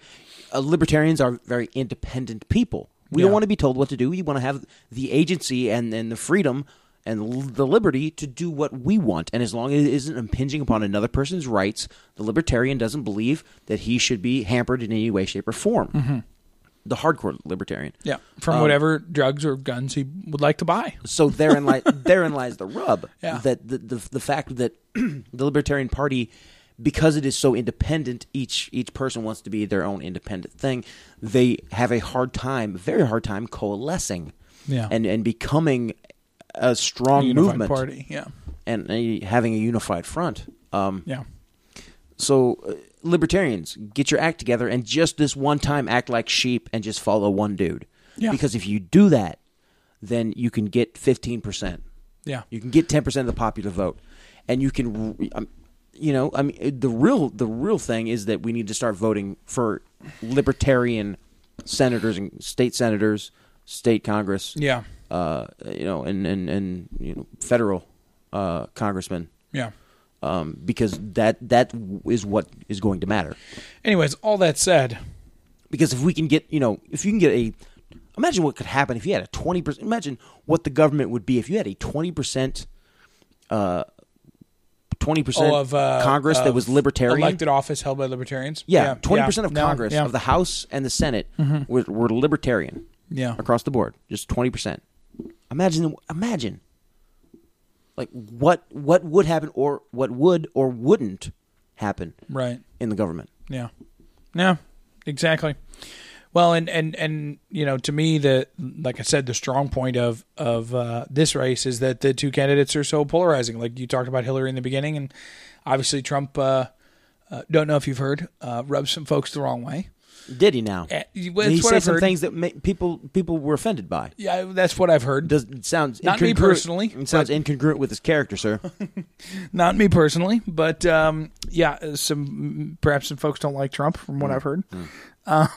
S2: Uh, libertarians are very independent people. We
S1: Yeah.
S2: don't want to be told what to do. We want to have the agency and, and the freedom and l- the liberty to do what we want. And as long as it isn't impinging upon another person's rights, the libertarian doesn't believe that he should be hampered in any way, shape, or form. The hardcore libertarian.
S1: Mm-hmm. Yeah,
S2: Um,
S1: from whatever drugs or guns he would like to buy.
S2: So therein
S1: <laughs>
S2: lies therein lies the rub
S1: Yeah.
S2: that the, the the fact that <clears throat> the Libertarian Party, because it is so independent, each each person wants to be their own independent thing. They have a hard time, very hard time, coalescing,
S1: Yeah.
S2: and and becoming a strong
S1: Unified
S2: movement
S1: party. Yeah,
S2: and a, having a unified front. Um,
S1: yeah,
S2: so, uh, libertarians, get your act together and just this one time act like sheep and just follow one dude.
S1: Yeah.
S2: Because if you do that, then you can get 15%.
S1: yeah.
S2: You can get 10% of the popular vote. And you can re- um, you know, I mean uh, the real the real thing is that we need to start voting for libertarian senators and state senators, state congress.
S1: Yeah.
S2: Uh, you know, and and and you know, federal uh, congressmen
S1: yeah.
S2: um, because that that is what is going to matter.
S1: Anyways, all that said,
S2: Because if we can get, you know, if you can get a, imagine what could happen if you had a twenty percent. Imagine what the government would be if you had a twenty percent, uh, twenty percent
S1: all of uh,
S2: Congress that
S1: of
S2: was libertarian.
S1: elected office held by libertarians.
S2: yeah, twenty percent
S1: yeah,
S2: of
S1: no,
S2: Congress
S1: yeah. Mm-hmm.
S2: of the House and the Senate were, were libertarian
S1: Yeah,
S2: across the board, just twenty percent. Imagine, imagine, like what what would happen or what would or wouldn't happen
S1: right.
S2: in the government.
S1: Yeah. Yeah. Exactly. Well, and and and you know, to me, the like I said, the strong point of of uh, this race is that the two candidates are so polarizing. Like you talked about Hillary in the beginning, and obviously Trump. Uh, uh, don't know if you've heard, uh, rubs some folks the wrong way.
S2: Did he now?
S1: Eh, well,
S2: he
S1: it's what
S2: said
S1: I've
S2: some
S1: heard.
S2: things that ma- people people were offended by.
S1: Yeah, that's what I've heard.
S2: Does it sounds
S1: Not me
S2: incongruent-
S1: personally,
S2: It sounds incongruent with his character,
S1: <laughs>
S2: sir.
S1: Not me personally, but um, yeah, some perhaps some folks don't like Trump from what I've heard. Um,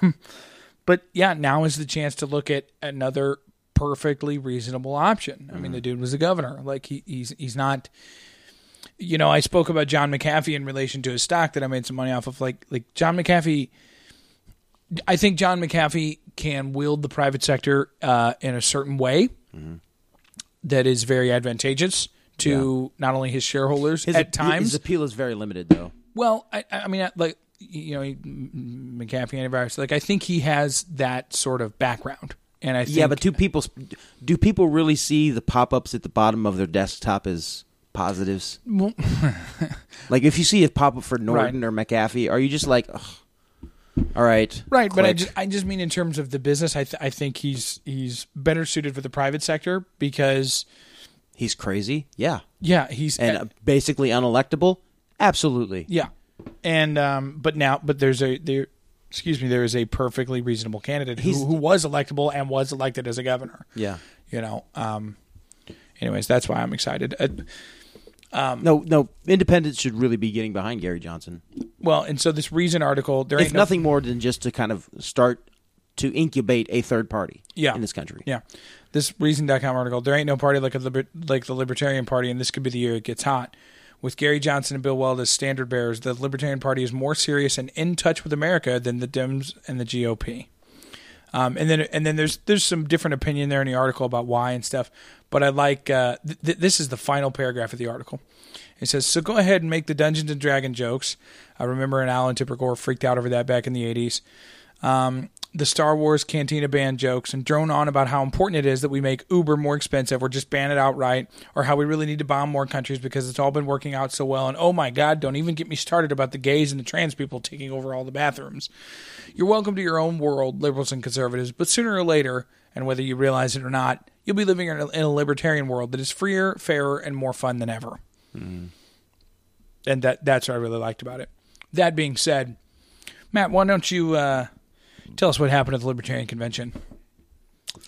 S1: but yeah, now is the chance to look at another perfectly reasonable option. I mean,
S2: Mm-hmm.
S1: the dude was the governor. Like he, he's he's not. You know, I spoke about John McAfee in relation to his stock that I made some money off of. Like like John McAfee. I think John McAfee can wield the private sector uh, in a certain way
S2: Mm-hmm.
S1: that is very advantageous to not only his shareholders
S2: His
S1: at
S2: appe-
S1: times.
S2: his appeal is very limited, though.
S1: well, I, I I mean, I- like you know, he- m- m- McAfee antivirus. Like I think he has that sort of background, and I think,
S2: Yeah, but do people do people really see the pop ups at the bottom of their desktop as positives?
S1: Well-
S2: like if you see a pop up for Norton or McAfee, are you just like, "Ugh, all right,
S1: Right, but I
S2: click."
S1: just, I just mean in terms of the business, I, th- I think he's he's better suited for the private sector because
S2: he's crazy, yeah,
S1: yeah he's
S2: and uh, basically unelectable. Absolutely,
S1: Yeah, and um, but now, but there's a there. Excuse me. There is a perfectly reasonable candidate who,
S2: He's-
S1: who was electable and was elected as a governor.
S2: yeah.
S1: You know. Um. Anyways, that's why I'm excited. Uh,
S2: No, no, independents should really be getting behind Gary Johnson.
S1: well, and so this reason article. There
S2: if
S1: ain't no-
S2: nothing more than just to kind of start to incubate a third party
S1: yeah.
S2: in this country.
S1: Yeah. This reason.com article, there ain't no party like a liber- like the Libertarian Party, and this could be the year it gets hot. With Gary Johnson and Bill Weld as standard bearers, the Libertarian Party is more serious and in touch with America than the Dems and the GOP. Um, and then and then there's there's some different opinion there in the article about why and stuff. But I like uh, th- th- this is the final paragraph of the article. It says, "So go ahead and make the Dungeons and Dragon jokes." I remember an Alan Tipper Gore freaked out over that back in the '80s. Um, the Star Wars Cantina Band jokes and drone on about how important it is that we make Uber more expensive or just ban it outright or how we really need to bomb more countries because it's all been working out so well. And oh my God, don't even get me started about the gays and the trans people taking over all the bathrooms. You're welcome to your own world, liberals and conservatives, but sooner or later, and whether you realize it or not, you'll be living in a, in a libertarian world that is freer, fairer, and more fun than ever.
S2: Hmm.
S1: And that that's what I really liked about it. That being said, Matt, why don't you uh, tell us what happened at the Libertarian Convention?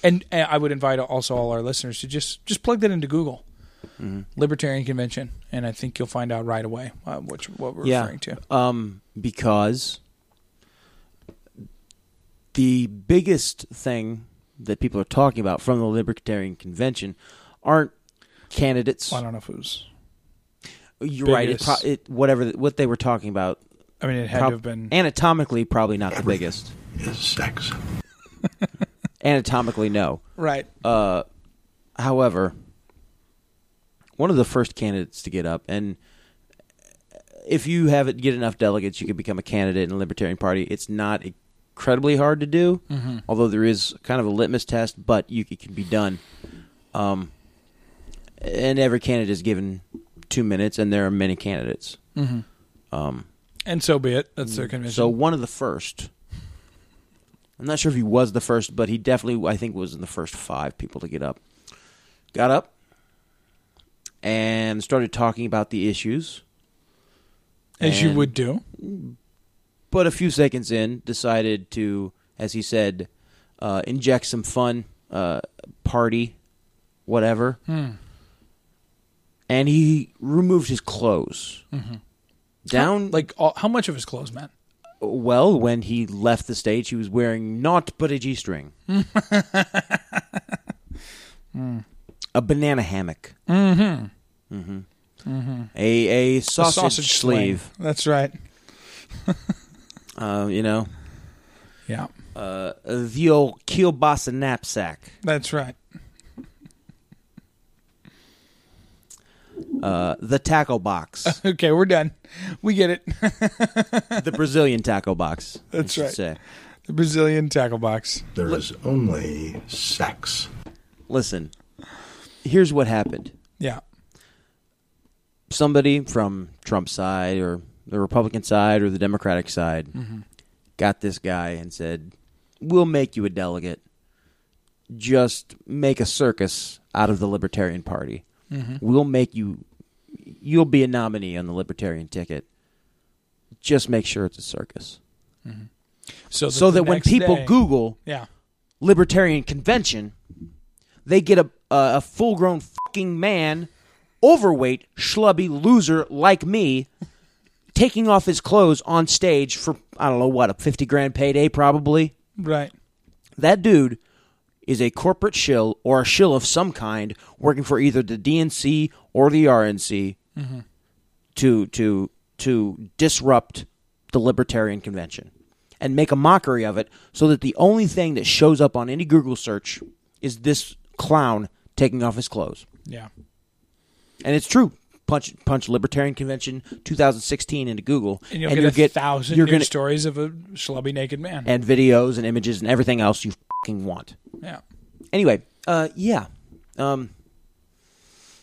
S1: And, and I would invite also all our listeners to just just plug that into Google,
S2: Hmm.
S1: Libertarian Convention, and I think you'll find out right away uh, which what we're
S2: yeah.
S1: referring to.
S2: Um, because the biggest thing that people are talking about from the Libertarian Convention aren't candidates.
S1: I don't know if it was.
S2: You're right. It, pro-
S1: biggest.
S2: it whatever the, what they were talking about.
S1: I mean, it had
S2: prob-
S1: to have been.
S2: anatomically probably not the biggest.
S3: is sex.
S2: Anatomically, no.
S1: Right.
S2: Uh, however, one of the first candidates to get up, and if you have it, get enough delegates, you can become a candidate in the Libertarian Party. It's not incredibly hard to do, although there is kind of a litmus test, but you, it can be done. Um, and every candidate is given two minutes, and there are many candidates.
S1: And so be it. That's their convention.
S2: Mm. So one of the first. I'm not sure if he was the first, but he definitely, I think, was in the first five people to get up. Got up and started talking about the issues.
S1: as you
S2: and-
S1: would do.
S2: But a few seconds in, decided to, as he said, uh, inject some fun, uh, party, whatever.
S1: Hmm.
S2: And he removed his clothes.
S1: Mm-hmm.
S2: Down,
S1: Like, all, how much of his clothes, Matt?
S2: Well, when he left the stage, he was wearing naught but a <laughs> g-string, a banana hammock, mm-hmm. Mm-hmm. a a
S1: A
S2: sausage, sleeve.
S1: sling. That's right.
S2: Uh, you know,
S1: Yeah.
S2: uh, the old kielbasa knapsack.
S1: That's right.
S2: Uh, the tackle <laughs> box,
S1: Okay, we're done. We get it.
S2: the Brazilian tackle box. I
S1: That's
S2: should
S1: right.
S2: say.
S1: the Brazilian tackle box.
S3: There is only sex.
S2: Listen, here's what happened.
S1: Yeah.
S2: somebody from Trump's side or the Republican side or the Democratic side
S1: Mm-hmm.
S2: got this guy and said, "We'll make you a delegate. Just make a circus out of the Libertarian Party.
S1: Mm-hmm.
S2: We'll make you. You'll be a nominee on the Libertarian ticket. Just make sure it's a circus,
S1: So that,
S2: so
S1: the
S2: that when
S1: next
S2: people
S1: day-
S2: Google
S1: Yeah.
S2: Libertarian convention, they get a a, a full grown fucking man, overweight, schlubby loser like me, taking off his clothes on stage for I don't know what a fifty grand payday probably.
S1: Right.
S2: That dude is a corporate shill or a shill of some kind, working for either the DNC or the RNC
S1: Mm-hmm.
S2: to to to disrupt the Libertarian Convention and make a mockery of it, so that the only thing that shows up on any Google search is this clown taking off his clothes.
S1: Yeah.
S2: And it's true. Punch punch Libertarian Convention 2016 into Google,
S1: And you'll
S2: and
S1: get
S2: you'll
S1: a thousand
S2: you're
S1: news
S2: gonna-
S1: stories of a schlubby naked man.
S2: and videos and images and everything else you fucking want.
S1: yeah.
S2: anyway, uh, yeah. Um,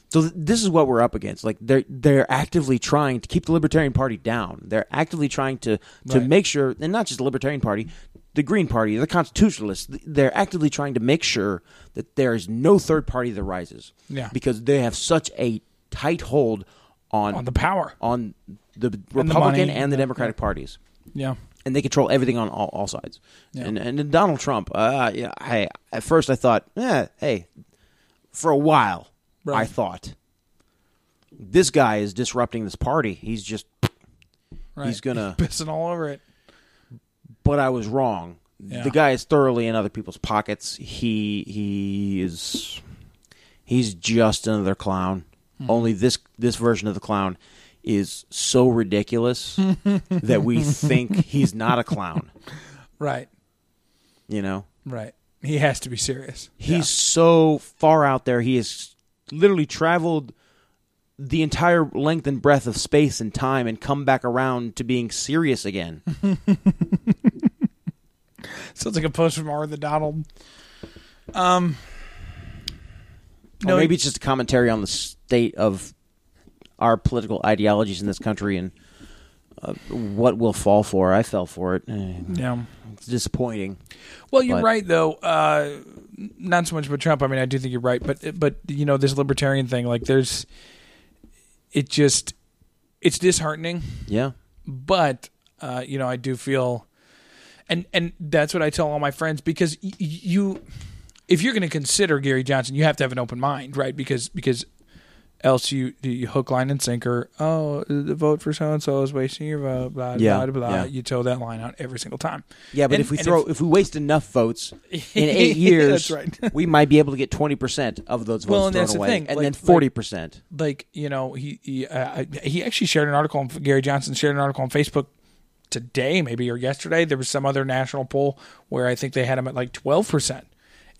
S2: so th- this is what we're up against. Like they're they're actively trying to keep the Libertarian Party down. They're actively trying to to
S1: Right.
S2: make sure, and not just the Libertarian Party, the Green Party, the Constitutionalists. th- They're actively trying to make sure that there is no third party that rises.
S1: Yeah.
S2: because they have such a tight hold on
S1: On the power.
S2: on the
S1: money,
S2: Republican and the
S1: yeah,
S2: Democratic parties
S1: Yeah.
S2: and they control everything on all, all sides.
S1: Yeah.
S2: And and Donald Trump, uh, yeah, I at first I thought, eh, hey, for a while,
S1: Right.
S2: I thought this guy is disrupting this party. He's just,
S1: Right.
S2: He's gonna-
S1: <laughs> pissing all over it.
S2: but I was wrong.
S1: Yeah.
S2: The guy is thoroughly in other people's pockets. He he is, he's just another clown.
S1: Hmm.
S2: Only this this version of the clown is so
S1: <laughs>
S2: ridiculous that we think he's not a clown.
S1: Right.
S2: You know.
S1: Right. He has to be serious.
S2: He's so far out there. He has literally traveled the entire length and breadth of space and time and come back around to being serious
S1: <laughs>
S2: again.
S1: Sounds like a post from R. the Donald. Um.
S2: or maybe it's just a commentary on the state of our political ideologies in this country and uh, what we'll fall for. I fell for it. Eh,
S1: Yeah.
S2: It's disappointing.
S1: Well, you're
S2: But-
S1: right though. Uh, n- not so much about Trump. I mean, I do think you're right, but but you know this libertarian thing, like there's, it just, it's disheartening.
S2: Yeah.
S1: But uh, you know, I do feel, and and that's what I tell all my friends because y- y- you, if you're going to consider Gary Johnson, you have to have an open mind, right? Because because else you, you hook, line, and sinker. Oh, the vote for so and so is wasting your vote. Blah
S2: Yeah,
S1: blah blah.
S2: yeah.
S1: You toe that line out every single time.
S2: Yeah, but
S1: And-
S2: if we
S1: and
S2: throw if, we waste enough votes
S1: <laughs>
S2: in eight years,
S1: That's right. <laughs>
S2: we might be able to get twenty percent of those votes
S1: Well, and
S2: thrown
S1: that's the
S2: away,
S1: thing,
S2: and
S1: like-
S2: then forty percent.
S1: like you know he he, uh, he actually shared an article on Gary Johnson shared an article on Facebook today maybe or yesterday there was some other national poll where I think they had him at like 12%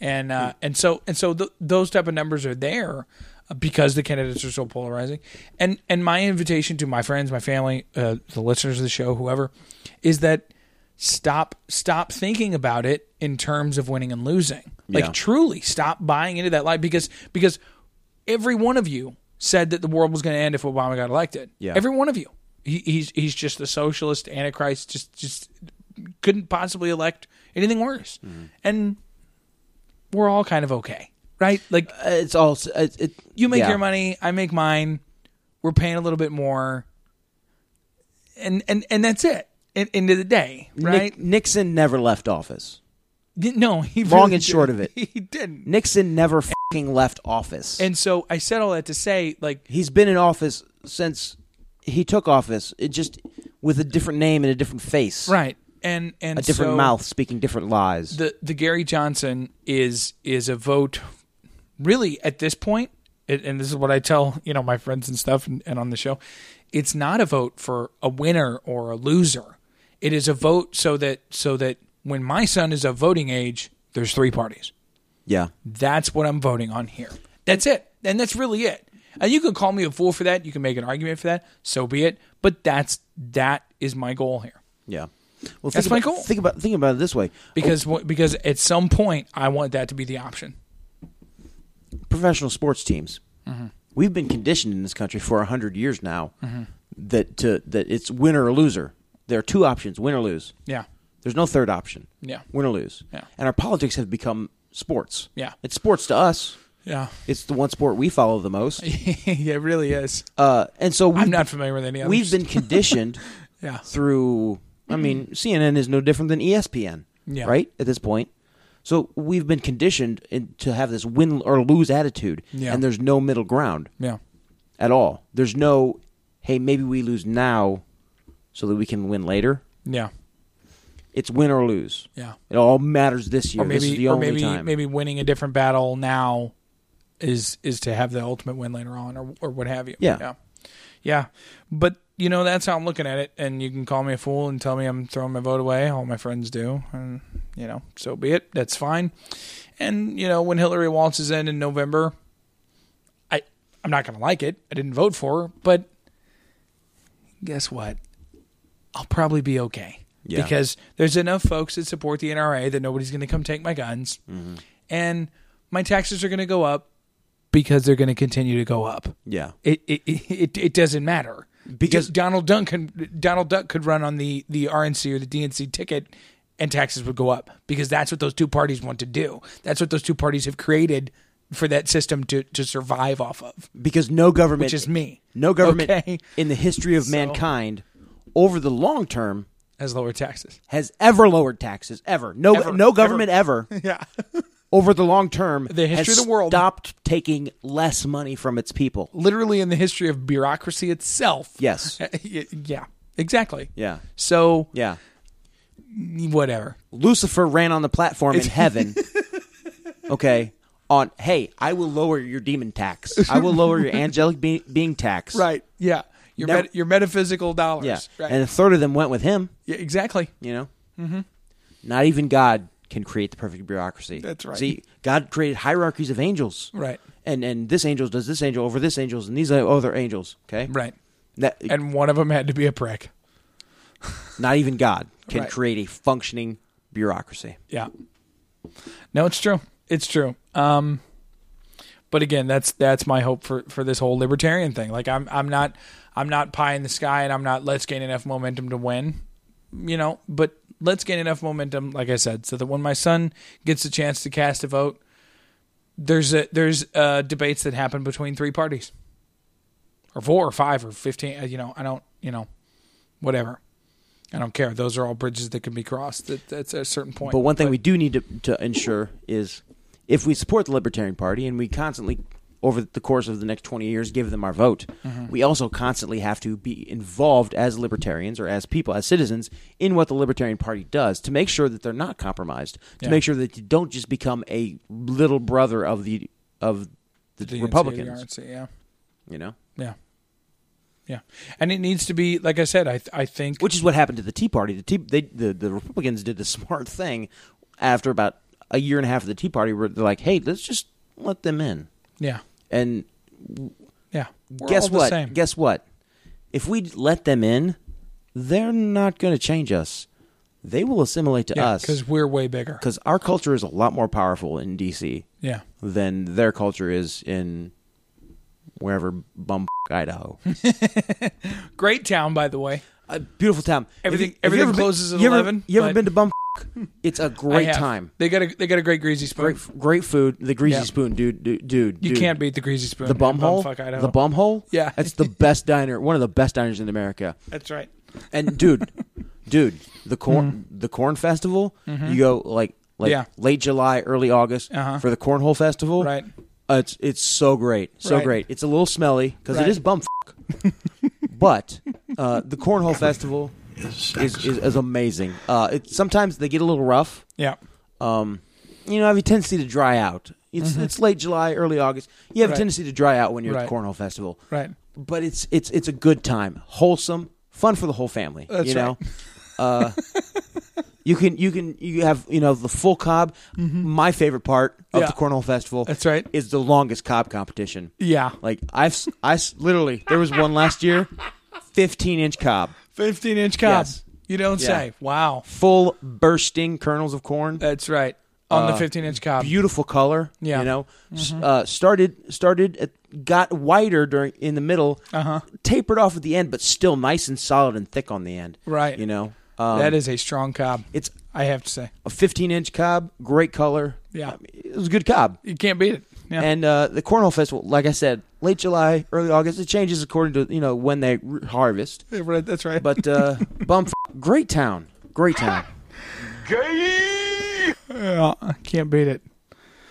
S1: and uh, and so and so th- those type of numbers are there uh, because the candidates are so polarizing and and my invitation to my friends my family uh, the listeners of the show whoever is that stop stop thinking about it in terms of winning and losing
S2: Yeah.
S1: like truly stop buying into that lie because because every one of you said that the world was going to end if Obama got elected.
S2: Yeah.
S1: Every one of you. He, he's he's just the socialist antichrist. Just just couldn't possibly elect anything worse.
S2: Mm-hmm.
S1: And we're all kind of okay, right? Like
S2: It's all s- it, it,
S1: you make
S2: yeah.
S1: your money, I make mine. We're paying a little bit more, and and and that's it. At end of the day,
S2: Nick-
S1: right?
S2: Nixon never left office.
S1: no, he
S2: Long
S1: really
S2: and short
S1: didn't.
S2: of it.
S1: <laughs> he didn't.
S2: Nixon never fucking left office.
S1: And so I said all that to say, like,
S2: he's been in office since he took office. It just with a different name and a different face,
S1: right? And and
S2: A different
S1: so-
S2: mouth speaking different lies.
S1: the the Gary Johnson is is a vote really at this point it, and this is what I tell you know my friends and stuff and, and on the show it's not a vote for a winner or a loser it is a vote so that so that when my son is of voting age there's three parties
S2: yeah,
S1: that's what I'm voting on here that's it and that's really it and you can call me a fool for that you can make an argument for that so be it but that's that is my goal here
S2: yeah. Well,
S1: That's
S2: think
S1: my
S2: about,
S1: goal.
S2: Think about think about it this way:
S1: because wh- because at some point I want that to be the option
S2: professional sports teams.
S1: Mm-hmm.
S2: We've been conditioned in this country for hundred years now that to that it's win or loser. There are two options: win or lose.
S1: yeah
S2: There's no third option.
S1: Yeah.
S2: win or lose.
S1: Yeah.
S2: and our politics have become sports.
S1: Yeah.
S2: it's sports to us.
S1: yeah
S2: It's the one sport we follow the most.
S1: <laughs> yeah, it really is.
S2: Uh, and so we've,
S1: I'm not familiar with any of
S2: we've
S1: <laughs>
S2: been conditioned
S1: Yeah.
S2: through. I mean, CNN is no different than E ESPN,
S1: Yeah.
S2: right? At this point, so we've been conditioned in, to have this win or lose attitude,
S1: Yeah.
S2: and there's no middle ground
S1: Yeah.
S2: at all. There's no, hey, maybe we lose now, so that we can win later.
S1: Yeah.
S2: It's win or lose.
S1: Yeah.
S2: It all matters this year.
S1: Or
S2: this is
S1: maybe
S2: the
S1: or
S2: only
S1: maybe
S2: time.
S1: maybe winning a different battle now is is to have the ultimate win later on or or what have you.
S2: Yeah.
S1: Yeah. Yeah. But you know, that's how I'm looking at it. And you can call me a fool and tell me I'm throwing my vote away. All my friends do. And you know, so be it. That's fine. And, you know, when Hillary waltzes in in November, I I'm not gonna like it. I didn't vote for her, but guess what? I'll probably be okay.
S2: Yeah.
S1: Because there's enough folks that support the NRA that nobody's going to come take my guns. And my taxes are going to go up because they're going to continue to go up.
S2: Yeah.
S1: It it, it, it- it doesn't matter.
S2: Because-
S1: Just Donald Duck could, Donald Duck could run on the, the RNC or the DNC ticket and taxes would go up because that's what those two parties want to do. That's what those two parties have created for that system to, to survive off of,
S2: because no government
S1: which is me.
S2: No government
S1: Okay.
S2: in the history of mankind over the long term
S1: Has
S2: <laughs>
S1: lower taxes.
S2: has ever lowered taxes ever. No
S1: Ever.
S2: no government ever,
S1: Yeah.
S2: over the long term
S1: The history
S2: has
S1: of the world.
S2: stopped taking less money from its people.
S1: literally in the history of bureaucracy itself.
S2: Yes.
S1: <laughs> yeah. Exactly.
S2: Yeah.
S1: So
S2: Yeah.
S1: whatever.
S2: Lucifer ran on the platform
S1: <laughs>
S2: in heaven. okay. On hey, I will lower your demon tax. I will lower
S1: <laughs>
S2: your angelic be- being tax.
S1: Yeah. Your
S2: Never-
S1: met, your metaphysical dollars.
S2: Yeah.
S1: Right.
S2: And a third of them went with him,
S1: yeah. Exactly.
S2: you know. Not even God can create the perfect bureaucracy.
S1: That's right.
S2: See, God created hierarchies of angels.
S1: Right.
S2: And and this angel does this angel over this angels and these other angels. Okay.
S1: Right.
S2: That,
S1: And one of them had to be a prick.
S2: not even God can
S1: Right.
S2: create a functioning bureaucracy.
S1: Yeah. No, it's true. It's true. Um, but again, that's that's my hope for for this whole libertarian thing. Like I'm I'm not I'm not pie in the sky, and I'm not let's gain enough momentum to win. You know, but let's gain enough momentum, like I said, so that when my son gets a chance to cast a vote, there's a, there's uh, debates that happen between three parties, or four, or five, or fifteen. uh, You know, I don't. You know, whatever. I don't care. Those are all bridges that can be crossed at, at a certain point.
S2: But one thing we do need to, to ensure is if we support the Libertarian Party and we constantly, over the course of the next 20 years, give them our vote, we also constantly have to be involved as libertarians or as people, as citizens, in what the Libertarian Party does to make sure that they're not compromised, to
S1: Yeah.
S2: make sure that you don't just become a little brother of the of the,
S1: DNC,
S2: Republicans,
S1: RNC, yeah,
S2: you know?
S1: yeah, yeah. And it needs to be, like I said, I I think
S2: Which is what happened to the Tea Party. The, tea, they, the the Republicans did the <laughs> smart thing after about a year and a half of the Tea Party, where they're like, "Hey, let's just let them in."
S1: yeah,
S2: And
S1: yeah. We're
S2: guess
S1: all the
S2: what?
S1: same.
S2: Guess what? If we let them in, they're not going to change us. They will assimilate to
S1: yeah,
S2: us
S1: because we're way bigger.
S2: because our culture is a lot more powerful in D.C.
S1: Yeah,
S2: than their culture is in wherever bum <laughs>
S1: <laughs>
S2: Idaho.
S1: great town, by the way.
S2: a beautiful town.
S1: Everything-
S2: Have you- have you
S1: everything
S2: ever been-
S1: closes at
S2: you ever-
S1: 11,
S2: You ever
S1: but-
S2: been to bum? <laughs> It's a
S1: I
S2: great
S1: have.
S2: time.
S1: They got a they got a great greasy spoon.
S2: Great, great food. The greasy
S1: Yeah.
S2: spoon, dude, dude, dude.
S1: you
S2: dude.
S1: can't beat the greasy spoon.
S2: the
S1: in
S2: bum hole.
S1: Bumfuck, Idaho.
S2: The bum hole.
S1: Yeah.
S2: that's
S1: <laughs>
S2: the best diner. One of the best diners in America.
S1: That's right.
S2: And
S1: <laughs>
S2: dude, dude, the corn, the corn festival. You go like like
S1: Mm-hmm. Yeah.
S2: late July, early August
S1: Uh-huh.
S2: for the cornhole festival.
S1: Right.
S2: Uh, it's it's so great, so
S1: Right.
S2: great. It's a little smelly because
S1: Right.
S2: it is bum.
S1: <laughs>
S2: but uh, the cornhole festival
S3: Is
S2: is,
S3: sex.
S2: is, is amazing. Uh, it, sometimes they get a little rough.
S1: Yeah.
S2: Um, you know, I have a tendency to dry out. It's it's late July, early August. You have
S1: Mm-hmm. Right.
S2: a tendency to dry out when you're at the
S1: Right.
S2: cornhole festival,
S1: Right.
S2: but it's it's it's a good time, wholesome, fun for the whole family.
S1: That's
S2: you know,
S1: <laughs>
S2: uh, you can you can you have you know the full cob. My favorite part of
S1: Mm-hmm. Yeah.
S2: the cornhole festival.
S1: That's right.
S2: Is the longest cob competition.
S1: Yeah.
S2: Like I've s- I s- literally there was one last year, fifteen inch cob,
S1: Fifteen inch cob.
S2: Yes.
S1: You don't
S2: Yeah.
S1: say. Wow.
S2: full bursting kernels of corn.
S1: That's right. On
S2: Uh,
S1: the fifteen inch cob.
S2: beautiful color.
S1: Yeah. Mm-hmm.
S2: you know, S- uh, started started at, got whiter during in the middle, uh-huh. tapered off at the end, but still nice and solid and thick on the end.
S1: Right.
S2: you know, um,
S1: that is a strong cob.
S2: it's
S1: I have to say.
S2: a 15 inch cob, great color.
S1: Yeah.
S2: I mean, it was a good cob.
S1: You can't beat it. Yeah.
S2: And uh, the cornhole festival, like I said, late July, early August. It changes according to you know when they r- harvest.
S1: Yeah, right, That's right.
S2: But
S1: <laughs>
S2: uh, bum, great town, great town.
S1: Yeah, can't beat it.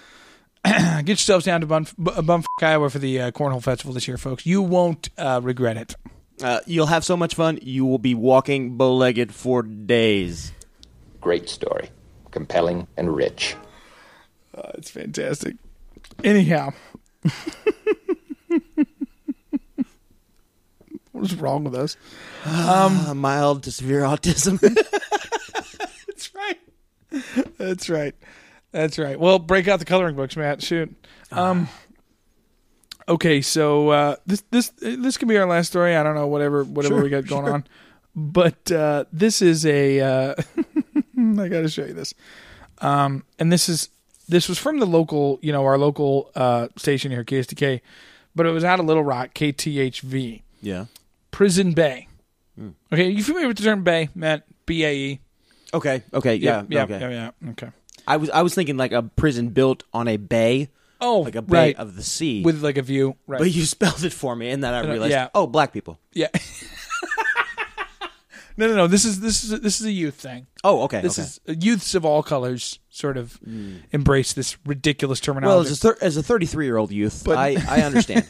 S1: <clears throat> Get yourselves down to Bumf- B- Bumfuck, Iowa for the uh, Cornhole Festival this year, folks. You won't uh, regret it.
S2: Uh, you'll have so much fun. You will be walking bow legged for days.
S5: Great story. Compelling and rich.
S1: Uh, It's fantastic. Anyhow, <laughs> what is wrong with us?
S2: a Ah, mild to severe autism. <laughs>
S1: That's right. That's right. That's right. Well, break out the coloring books, Matt. Shoot.
S2: Ah.
S1: Um. Okay, so uh, this this this could be our last story. I don't know whatever whatever we got going on, but uh, this is a uh, <laughs> I got to show you this, um, and this is this was from the local you know our local uh, station here KSTK, but it was out of Little Rock KTHV
S2: yeah.
S1: Prison Bay.
S2: Hmm.
S1: Okay, you familiar with the term Bay, Matt? B A E.
S2: Okay. Okay. Yeah.
S1: yeah,
S2: okay.
S1: yeah, yeah. Okay.
S2: I was I was thinking like a prison built on a bay,
S1: Oh,
S2: like a bay
S1: right.
S2: of the sea.
S1: with like a view, right?
S2: but you <laughs> spelled it for me, and then I realized,
S1: yeah.
S2: oh, black people.
S1: yeah. <laughs> no, no, no. This is this is this is a youth thing.
S2: Oh, okay.
S1: This
S2: okay. Mm.
S1: is uh, youths of all colors sort of embrace this ridiculous terminology.
S2: well as a thir- as a thirty three year old youth, I Oh, <laughs> I
S1: <laughs>
S2: understand.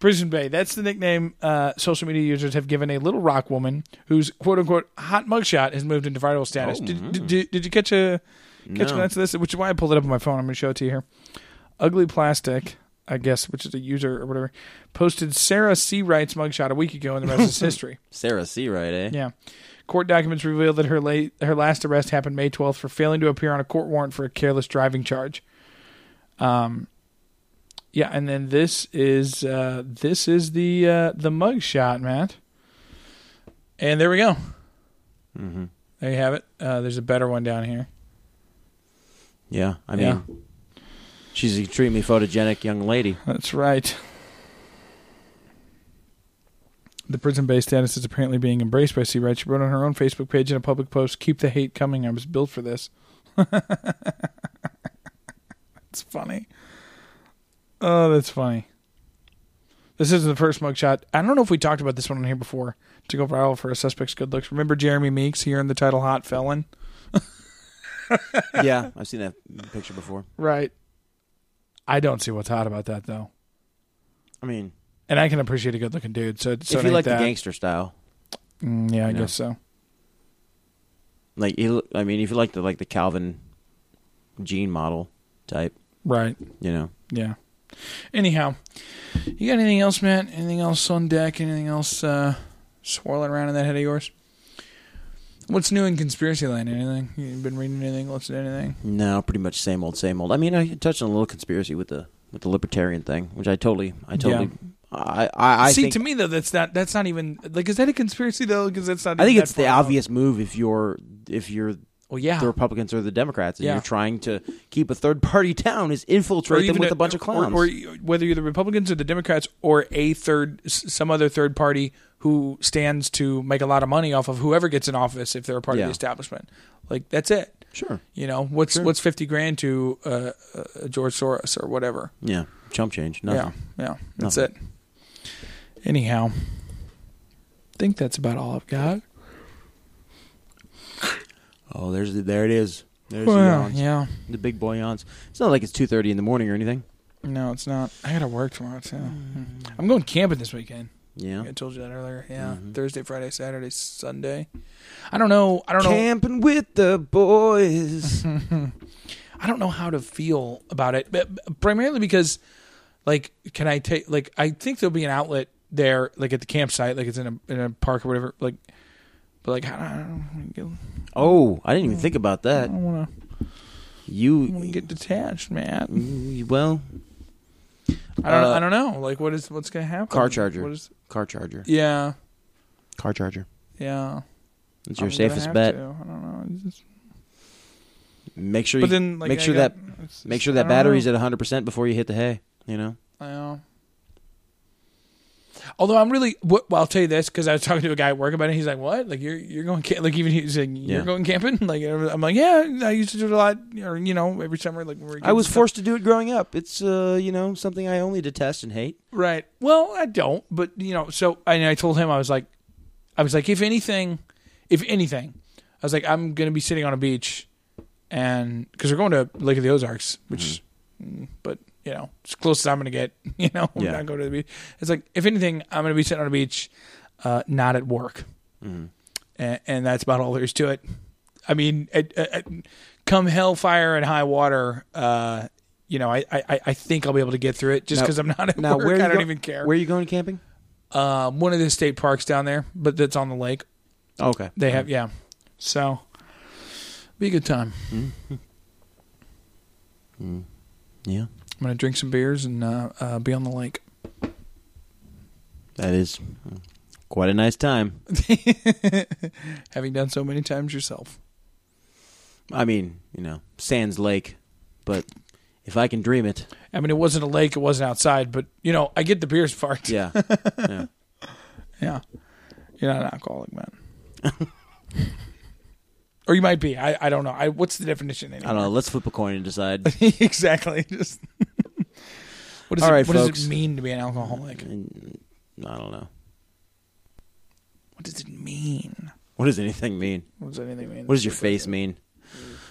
S1: Prison Bay. That's the nickname uh, social media users have given a Little Rock woman whose quote unquote hot mugshot has moved into viral status. did, did, did, did you catch a catch a
S2: Oh. No.
S1: glance of this? Which is why I pulled it up on my phone. I'm going to show it to you here. Ugly Plastic, I guess, which is a user or whatever,
S2: <laughs>
S1: posted Sarah C. Wright's mugshot a week ago, and the rest is history.
S2: Sarah C. Right? Eh?
S1: Yeah. Court documents reveal that her late, her last arrest happened May 12th for failing to appear on a court warrant for a careless driving charge. Um, yeah, and then this is uh, this is the uh, the mug shot, Matt. And there we go. There you have it. Uh, there's a better one down here.
S2: Yeah, I mean,
S1: Yeah.
S2: she's an extremely photogenic young
S1: <laughs>
S2: lady.
S1: That's right. The prison based status is apparently being embraced by C. Wright. She wrote on her own Facebook page in a public post, Keep the hate coming. I was built for this. <laughs> that's funny. Oh, that's funny. This is the first mugshot. I don't know if we talked about this one on here before to go viral for a suspect's good looks. Remember Jeremy Meeks? He earned the title Hot Felon.
S2: yeah, I've seen that picture before.
S1: Right. I don't see what's hot about that, though.
S2: I mean,
S1: And I can appreciate a good looking dude. So, so
S2: if
S1: it
S2: you
S1: ain't
S2: like
S1: that.
S2: the gangster style,
S1: Mm, yeah, I
S2: know?
S1: guess so.
S2: like you, I mean, if you like the like the Calvin Jean model type,
S1: Right.
S2: you know,
S1: Yeah. Anyhow, you got anything else, Matt? Anything else on deck? Anything else uh, swirling around in that head of yours? What's new in conspiracy land? Anything? You been reading anything? Listening to anything?
S2: no, pretty much same old, same old. I mean, I touched on a little conspiracy with the with the libertarian thing, which I totally, I totally, I, I, I
S1: See,
S2: think,
S1: to me though, that's not that's not even like is that a conspiracy though? Because that's not.
S2: I think
S1: even
S2: it's
S1: that
S2: the
S1: far out.
S2: obvious move if you're if you're
S1: Well, yeah.
S2: the Republicans or the Democrats, and
S1: Yeah.
S2: you're trying to keep a third party <laughs> down is infiltrate them with a bunch of clowns.
S1: or, e-, or whether you're the Republicans or the Democrats or a third, s- some other third party who stands to make a lot of money off of whoever gets in office if they're a part of
S2: Yeah.
S1: the establishment. Like that's it.
S2: Sure.
S1: You know what's what's fifty grand to uh, uh, George Soros or whatever.
S2: yeah, chump change. Nothing.
S1: Yeah, yeah, that's
S2: Nothing.
S1: it. Anyhow, I think that's about all I've got.
S2: Oh, there's the, there it is. There's the
S1: Well,
S2: yawns.
S1: yeah,
S2: The big boy yawns. It's not like it's two thirty in the morning or anything.
S1: no, it's not. I gotta work tomorrow too.
S2: Mm.
S1: I'm going camping this weekend.
S2: Yeah. Mm-hmm.
S1: I told you that earlier. Yeah, Thursday, Friday, Saturday, Sunday. I don't know. I don't know.
S2: Camping with the
S1: <laughs>
S2: boys.
S1: I don't know how to feel about it, but but primarily because, like, can I take? Like, I think there'll be an outlet there, like at the campsite, like it's in a in a park or whatever. Like, but like, I don't, I don't, wanna get-
S2: oh, I didn't even think about that.
S1: I don't want to
S2: You,
S1: get detached, man.
S2: you well,
S1: I don't.
S2: Mm-hmm. Uh,
S1: I don't know. Like, what is what's gonna happen?
S2: car charger.
S1: What is?
S2: car charger.
S1: Yeah.
S2: Car charger.
S1: Yeah.
S2: It's your
S1: I'm gonna
S2: safest
S1: have
S2: bet.
S1: to. I don't know. It's just-
S2: Make sure.
S1: But
S2: you-
S1: then, like,
S2: make
S1: I
S2: sure
S1: got-
S2: that
S1: it's-
S2: make sure
S1: I
S2: that
S1: don't know.
S2: battery's at hundred percent before you hit the hay. You know.
S1: Yeah. Although I'm really, wh- well, I'll tell you this because I was talking to a guy at work about it. He's like, "What? Like you're you're going camp? Like even he's saying you're
S2: Yeah.
S1: going camping? <laughs> Like I'm like, yeah, I used to do it a lot, or you know, every summer. Like when we were
S2: I was
S1: kids."
S2: forced to do it growing up. It's uh, you know, something I only detest and hate.
S1: right. Well, I don't, but you know, so and I told him I was like, I was like, if anything, if anything, I was like, I'm gonna be sitting on a beach, and because we're going to Lake of the Ozarks, which, mm, but you know, it's close as I'm gonna get. <laughs> You know, I'm
S2: Yeah.
S1: not going to the beach. It's like, if anything, I'm gonna be sitting on a beach, uh, not at work, and, and that's about all there is to it. I mean, at, at, at- come hellfire and high water. Uh, you know, I, I, I- I think I'll be able to get through it just
S2: Now-
S1: because I'm not at
S2: Now
S1: work.
S2: where
S1: I
S2: you
S1: don't
S2: go-
S1: even care
S2: Where are you going camping?
S1: um, one of the state parks down there, but that's on the lake.
S2: Oh, okay.
S1: They have, yeah. So, be a good time.
S2: Yeah.
S1: I'm gonna drink some beers and uh, uh, be on the lake.
S2: That is quite a nice time.
S1: Having done so many times yourself,
S2: I mean, you know, Sands Lake, but if I can dream it,
S1: I mean, it wasn't a lake, it wasn't outside, but you know, I get the beers part.
S2: yeah.
S1: <laughs> yeah. You're not an alcoholic, man. <laughs> or you might be. I, I don't know. I what's the definition? Anyway?
S2: I don't know. Let's flip a coin and decide. <laughs>
S1: exactly. Just <laughs> what does
S2: All
S1: it,
S2: right,
S1: what does
S2: folks.
S1: it mean to be an alcoholic?
S2: I don't know.
S1: What does it mean?
S2: What does anything mean?
S1: What does anything mean?
S2: What does your face mean?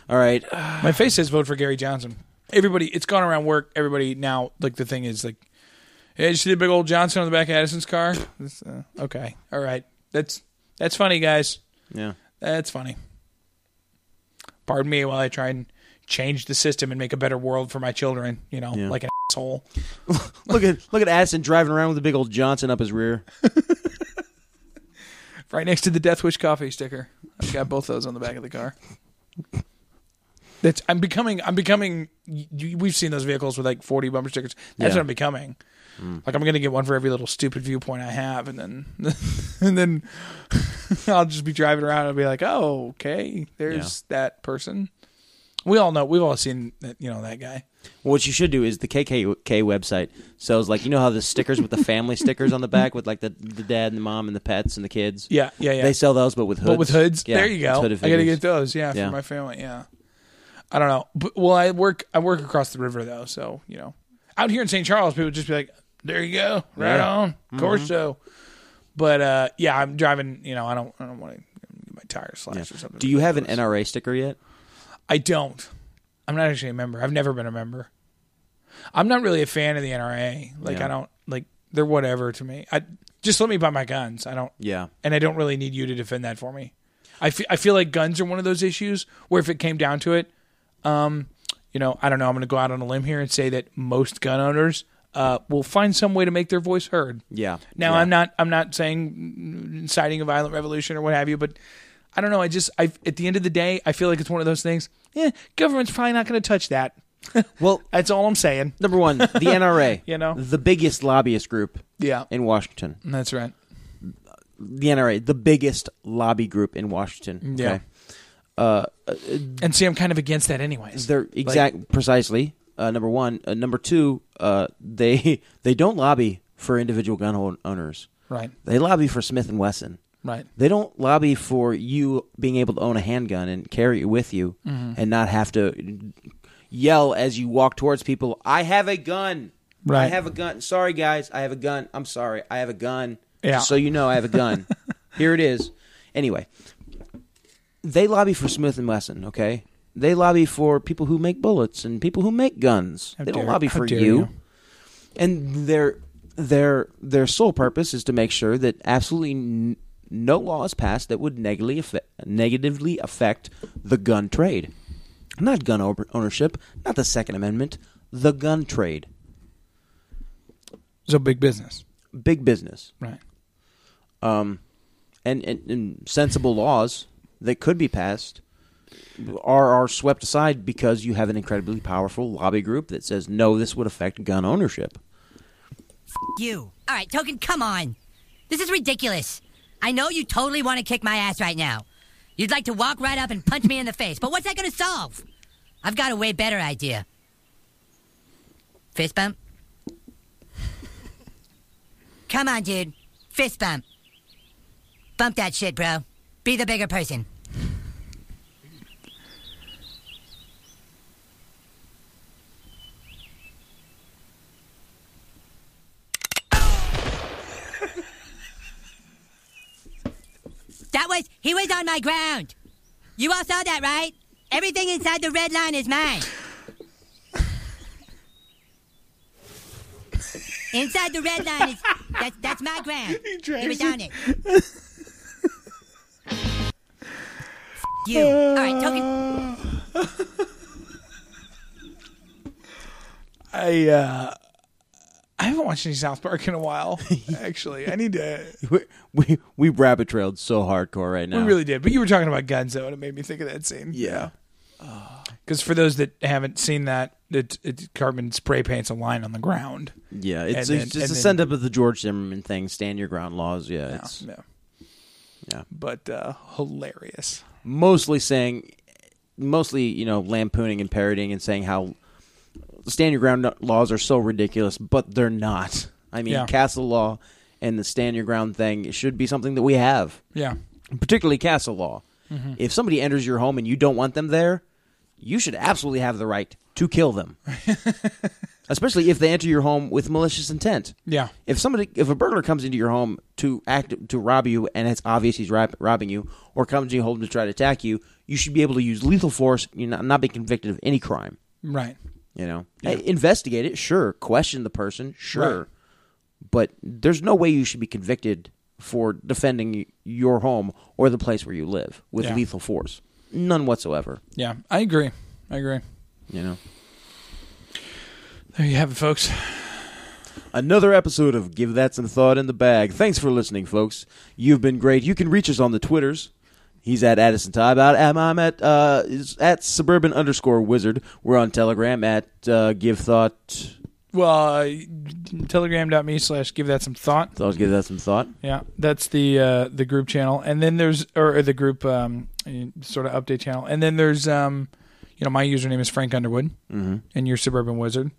S2: All right.
S1: <sighs> My face says vote for Gary Johnson. Everybody, it's gone around work. Everybody now, like the thing is, like, hey, you see the big old Johnson on the back of Addison's car? This, uh, okay, all right, that's that's funny, guys.
S2: Yeah.
S1: That's funny. Pardon me while I try and change the system and make a better world for my children. You know,
S2: Yeah.
S1: like an asshole.
S2: Look at look at Addison driving around with a big old Johnson up his rear.
S1: Right next to the Death Wish coffee sticker. I've got both those on the back of the car. That's I'm becoming I'm becoming y- y- we've seen those vehicles with like 40 bumper stickers. That's
S2: Yeah.
S1: what I'm becoming. Like I'm going to get one for every little stupid viewpoint I have and then <laughs> and then <laughs> I'll just be driving around and I'll be like, "Oh, okay. There's that person." We all know. We've all seen that, you know that guy.
S2: What you should do is the KKK website sells like you know how the stickers with the family stickers on the back with like the, the dad and the mom and the pets and the kids.
S1: Yeah, yeah, yeah.
S2: They sell those, but with hoods.
S1: But with hoods,
S2: Yeah,
S1: there you go.
S2: it's
S1: I
S2: hooded
S1: gotta
S2: figures.
S1: get those. Yeah,
S2: Yeah.
S1: for my family. Yeah, I don't know. But, well, I work. I work across the river though, so you know, out here in St. Charles, people just be like, "There you go, right
S2: Yeah. Mm-hmm.
S1: on, Corso." But uh, yeah, I'm driving. You know, I don't. I don't want to get my tires slashed or something.
S2: Do you have an NRA sticker yet?
S1: I don't. I'm not actually a member. I've never been a member. I'm not really a fan of the NRA. Like
S2: Yeah.
S1: I don't like they're whatever to me. I just let me buy my guns. I don't.
S2: Yeah.
S1: And I don't really need you to defend that for me. I fe- I feel like guns are one of those issues where if it came down to it, um, you know, I don't know. I'm going to go out on a limb here and say that most gun owners uh, will find some way to make their voice heard.
S2: Yeah.
S1: Now
S2: Yeah.
S1: I'm not I'm not saying inciting a violent revolution or what have you, but I don't know. I just I at the end of the day, I feel like it's one of those things. Yeah, government's probably not going to touch that.
S2: <laughs> Well,
S1: That's all I'm saying.
S2: number one, the
S1: <laughs>
S2: NRA.
S1: You know?
S2: the biggest lobbyist group
S1: Yeah,
S2: in Washington.
S1: that's right.
S2: The NRA, the biggest lobby group in Washington.
S1: Yeah.
S2: Okay?
S1: And see, I'm kind of against that, anyways.
S2: They're exact, precisely. Uh, number one, uh, number two, uh, they <laughs> they don't lobby for individual gun own- owners.
S1: right,
S2: They lobby for Smith and Wesson.
S1: right.
S2: They don't lobby for you being able to own a handgun and carry it with you
S1: Mm-hmm.
S2: and not have to yell as you walk towards people, I have a gun. I
S1: Right.
S2: have a gun. Sorry, guys. I have a gun. I'm sorry. I have a gun.
S1: Yeah.
S2: Just so you know, I have a
S1: <laughs>
S2: gun. Here it is. Anyway, they lobby for Smith and Wesson, okay? They lobby for people who make bullets and people who make guns. they don't
S1: dare-
S2: lobby
S1: how
S2: for
S1: dare
S2: you
S1: you.
S2: and their their their sole purpose is to make sure that absolutely n- no law is passed that would negatively affect, negatively affect the gun trade, not gun o- ownership, not the Second Amendment, the gun trade,
S1: So big business.
S2: big business,
S1: Right.
S2: um, and, and and sensible laws that could be passed are are swept aside because you have an incredibly powerful lobby group that says no, this would affect gun ownership.
S6: You. All right, Token, come on. This is ridiculous. I know you totally want to kick my ass right now. You'd like to walk right up and punch me in the face, but what's that going to solve? I've got a way better idea. Fist bump? Come on, dude. Fist bump. Bump that shit, bro. Be the bigger person. That was, he was on my ground. You all saw that, right? Everything inside the red line is mine. Inside the red line is, that's, that's my ground. <laughs> He was on it. <laughs> F- you. All right, token.
S1: I uh, I haven't watched any South Park in
S2: <laughs>
S1: a while. Actually, I need to.
S2: <laughs> we we, we rabbit trailed so hardcore right now.
S1: We really did. But you were talking about guns, though, and it made me think of that scene.
S2: yeah.
S1: Because for those that haven't seen that, it, it, Cartman spray paints a line on the ground.
S2: Yeah, it's, it's
S1: And then-
S2: just
S1: and
S2: a
S1: then-
S2: send up of the George Zimmerman thing, stand your ground laws. Yeah, it's
S1: Yeah.
S2: Yeah.
S1: But uh, hilarious.
S2: mostly saying, mostly you know lampooning and parodying and saying how stand your ground laws are so ridiculous, but they're not. I mean,
S1: Yeah.
S2: castle law and the stand your ground thing should be something that we have,
S1: Yeah.
S2: particularly castle law. If somebody enters your home and you don't want them there, you should absolutely have the right to kill them. Especially if they enter your home with malicious intent.
S1: Yeah.
S2: if somebody if a burglar comes into your home to act to rob you and it's obvious he's rob, robbing you or comes to your home to try to attack you you should be able to use lethal force you not, not be convicted of any crime
S1: Right.
S2: you know Hey, investigate it sure question the person sure
S1: Right.
S2: but there's no way you should be convicted for defending y- your home or the place where you live with
S1: Yeah.
S2: lethal force none whatsoever
S1: Yeah. I agree. I agree.
S2: you know
S1: There you have it, folks.
S2: another episode of Give That Some Thought in the Bag. Thanks for listening, folks. You've been great. You can reach us on the Twitters. He's at Addison Todd. I'm, I'm at uh, is- at suburban underscore wizard. We're on Telegram at uh, Give Thought.
S1: Well, uh, telegram.me slash give that some thought.
S2: Thought Give That Some Thought.
S1: Yeah, that's the uh, the group channel, and then there's or, or the group um, sort of update channel, and then there's um, you know my username is Frank Underwood, mm-hmm. and your suburban wizard,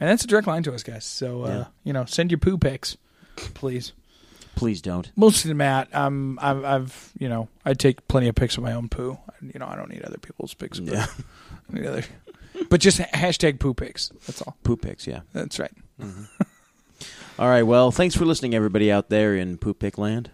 S1: and that's a direct line to us guys. So uh,
S2: Yeah.
S1: you know, send your poo pics, please.
S2: Please don't.
S1: Mostly to Matt. Um, I've, I've you know I take plenty of pics of my own poo. You know, I don't need other people's pics. But
S2: Yeah.
S1: I need other, but just hashtag poo pics. That's all.
S2: Poop pics, yeah.
S1: That's right.
S2: All right, well, thanks for listening, everybody out there in Poop Pick Land.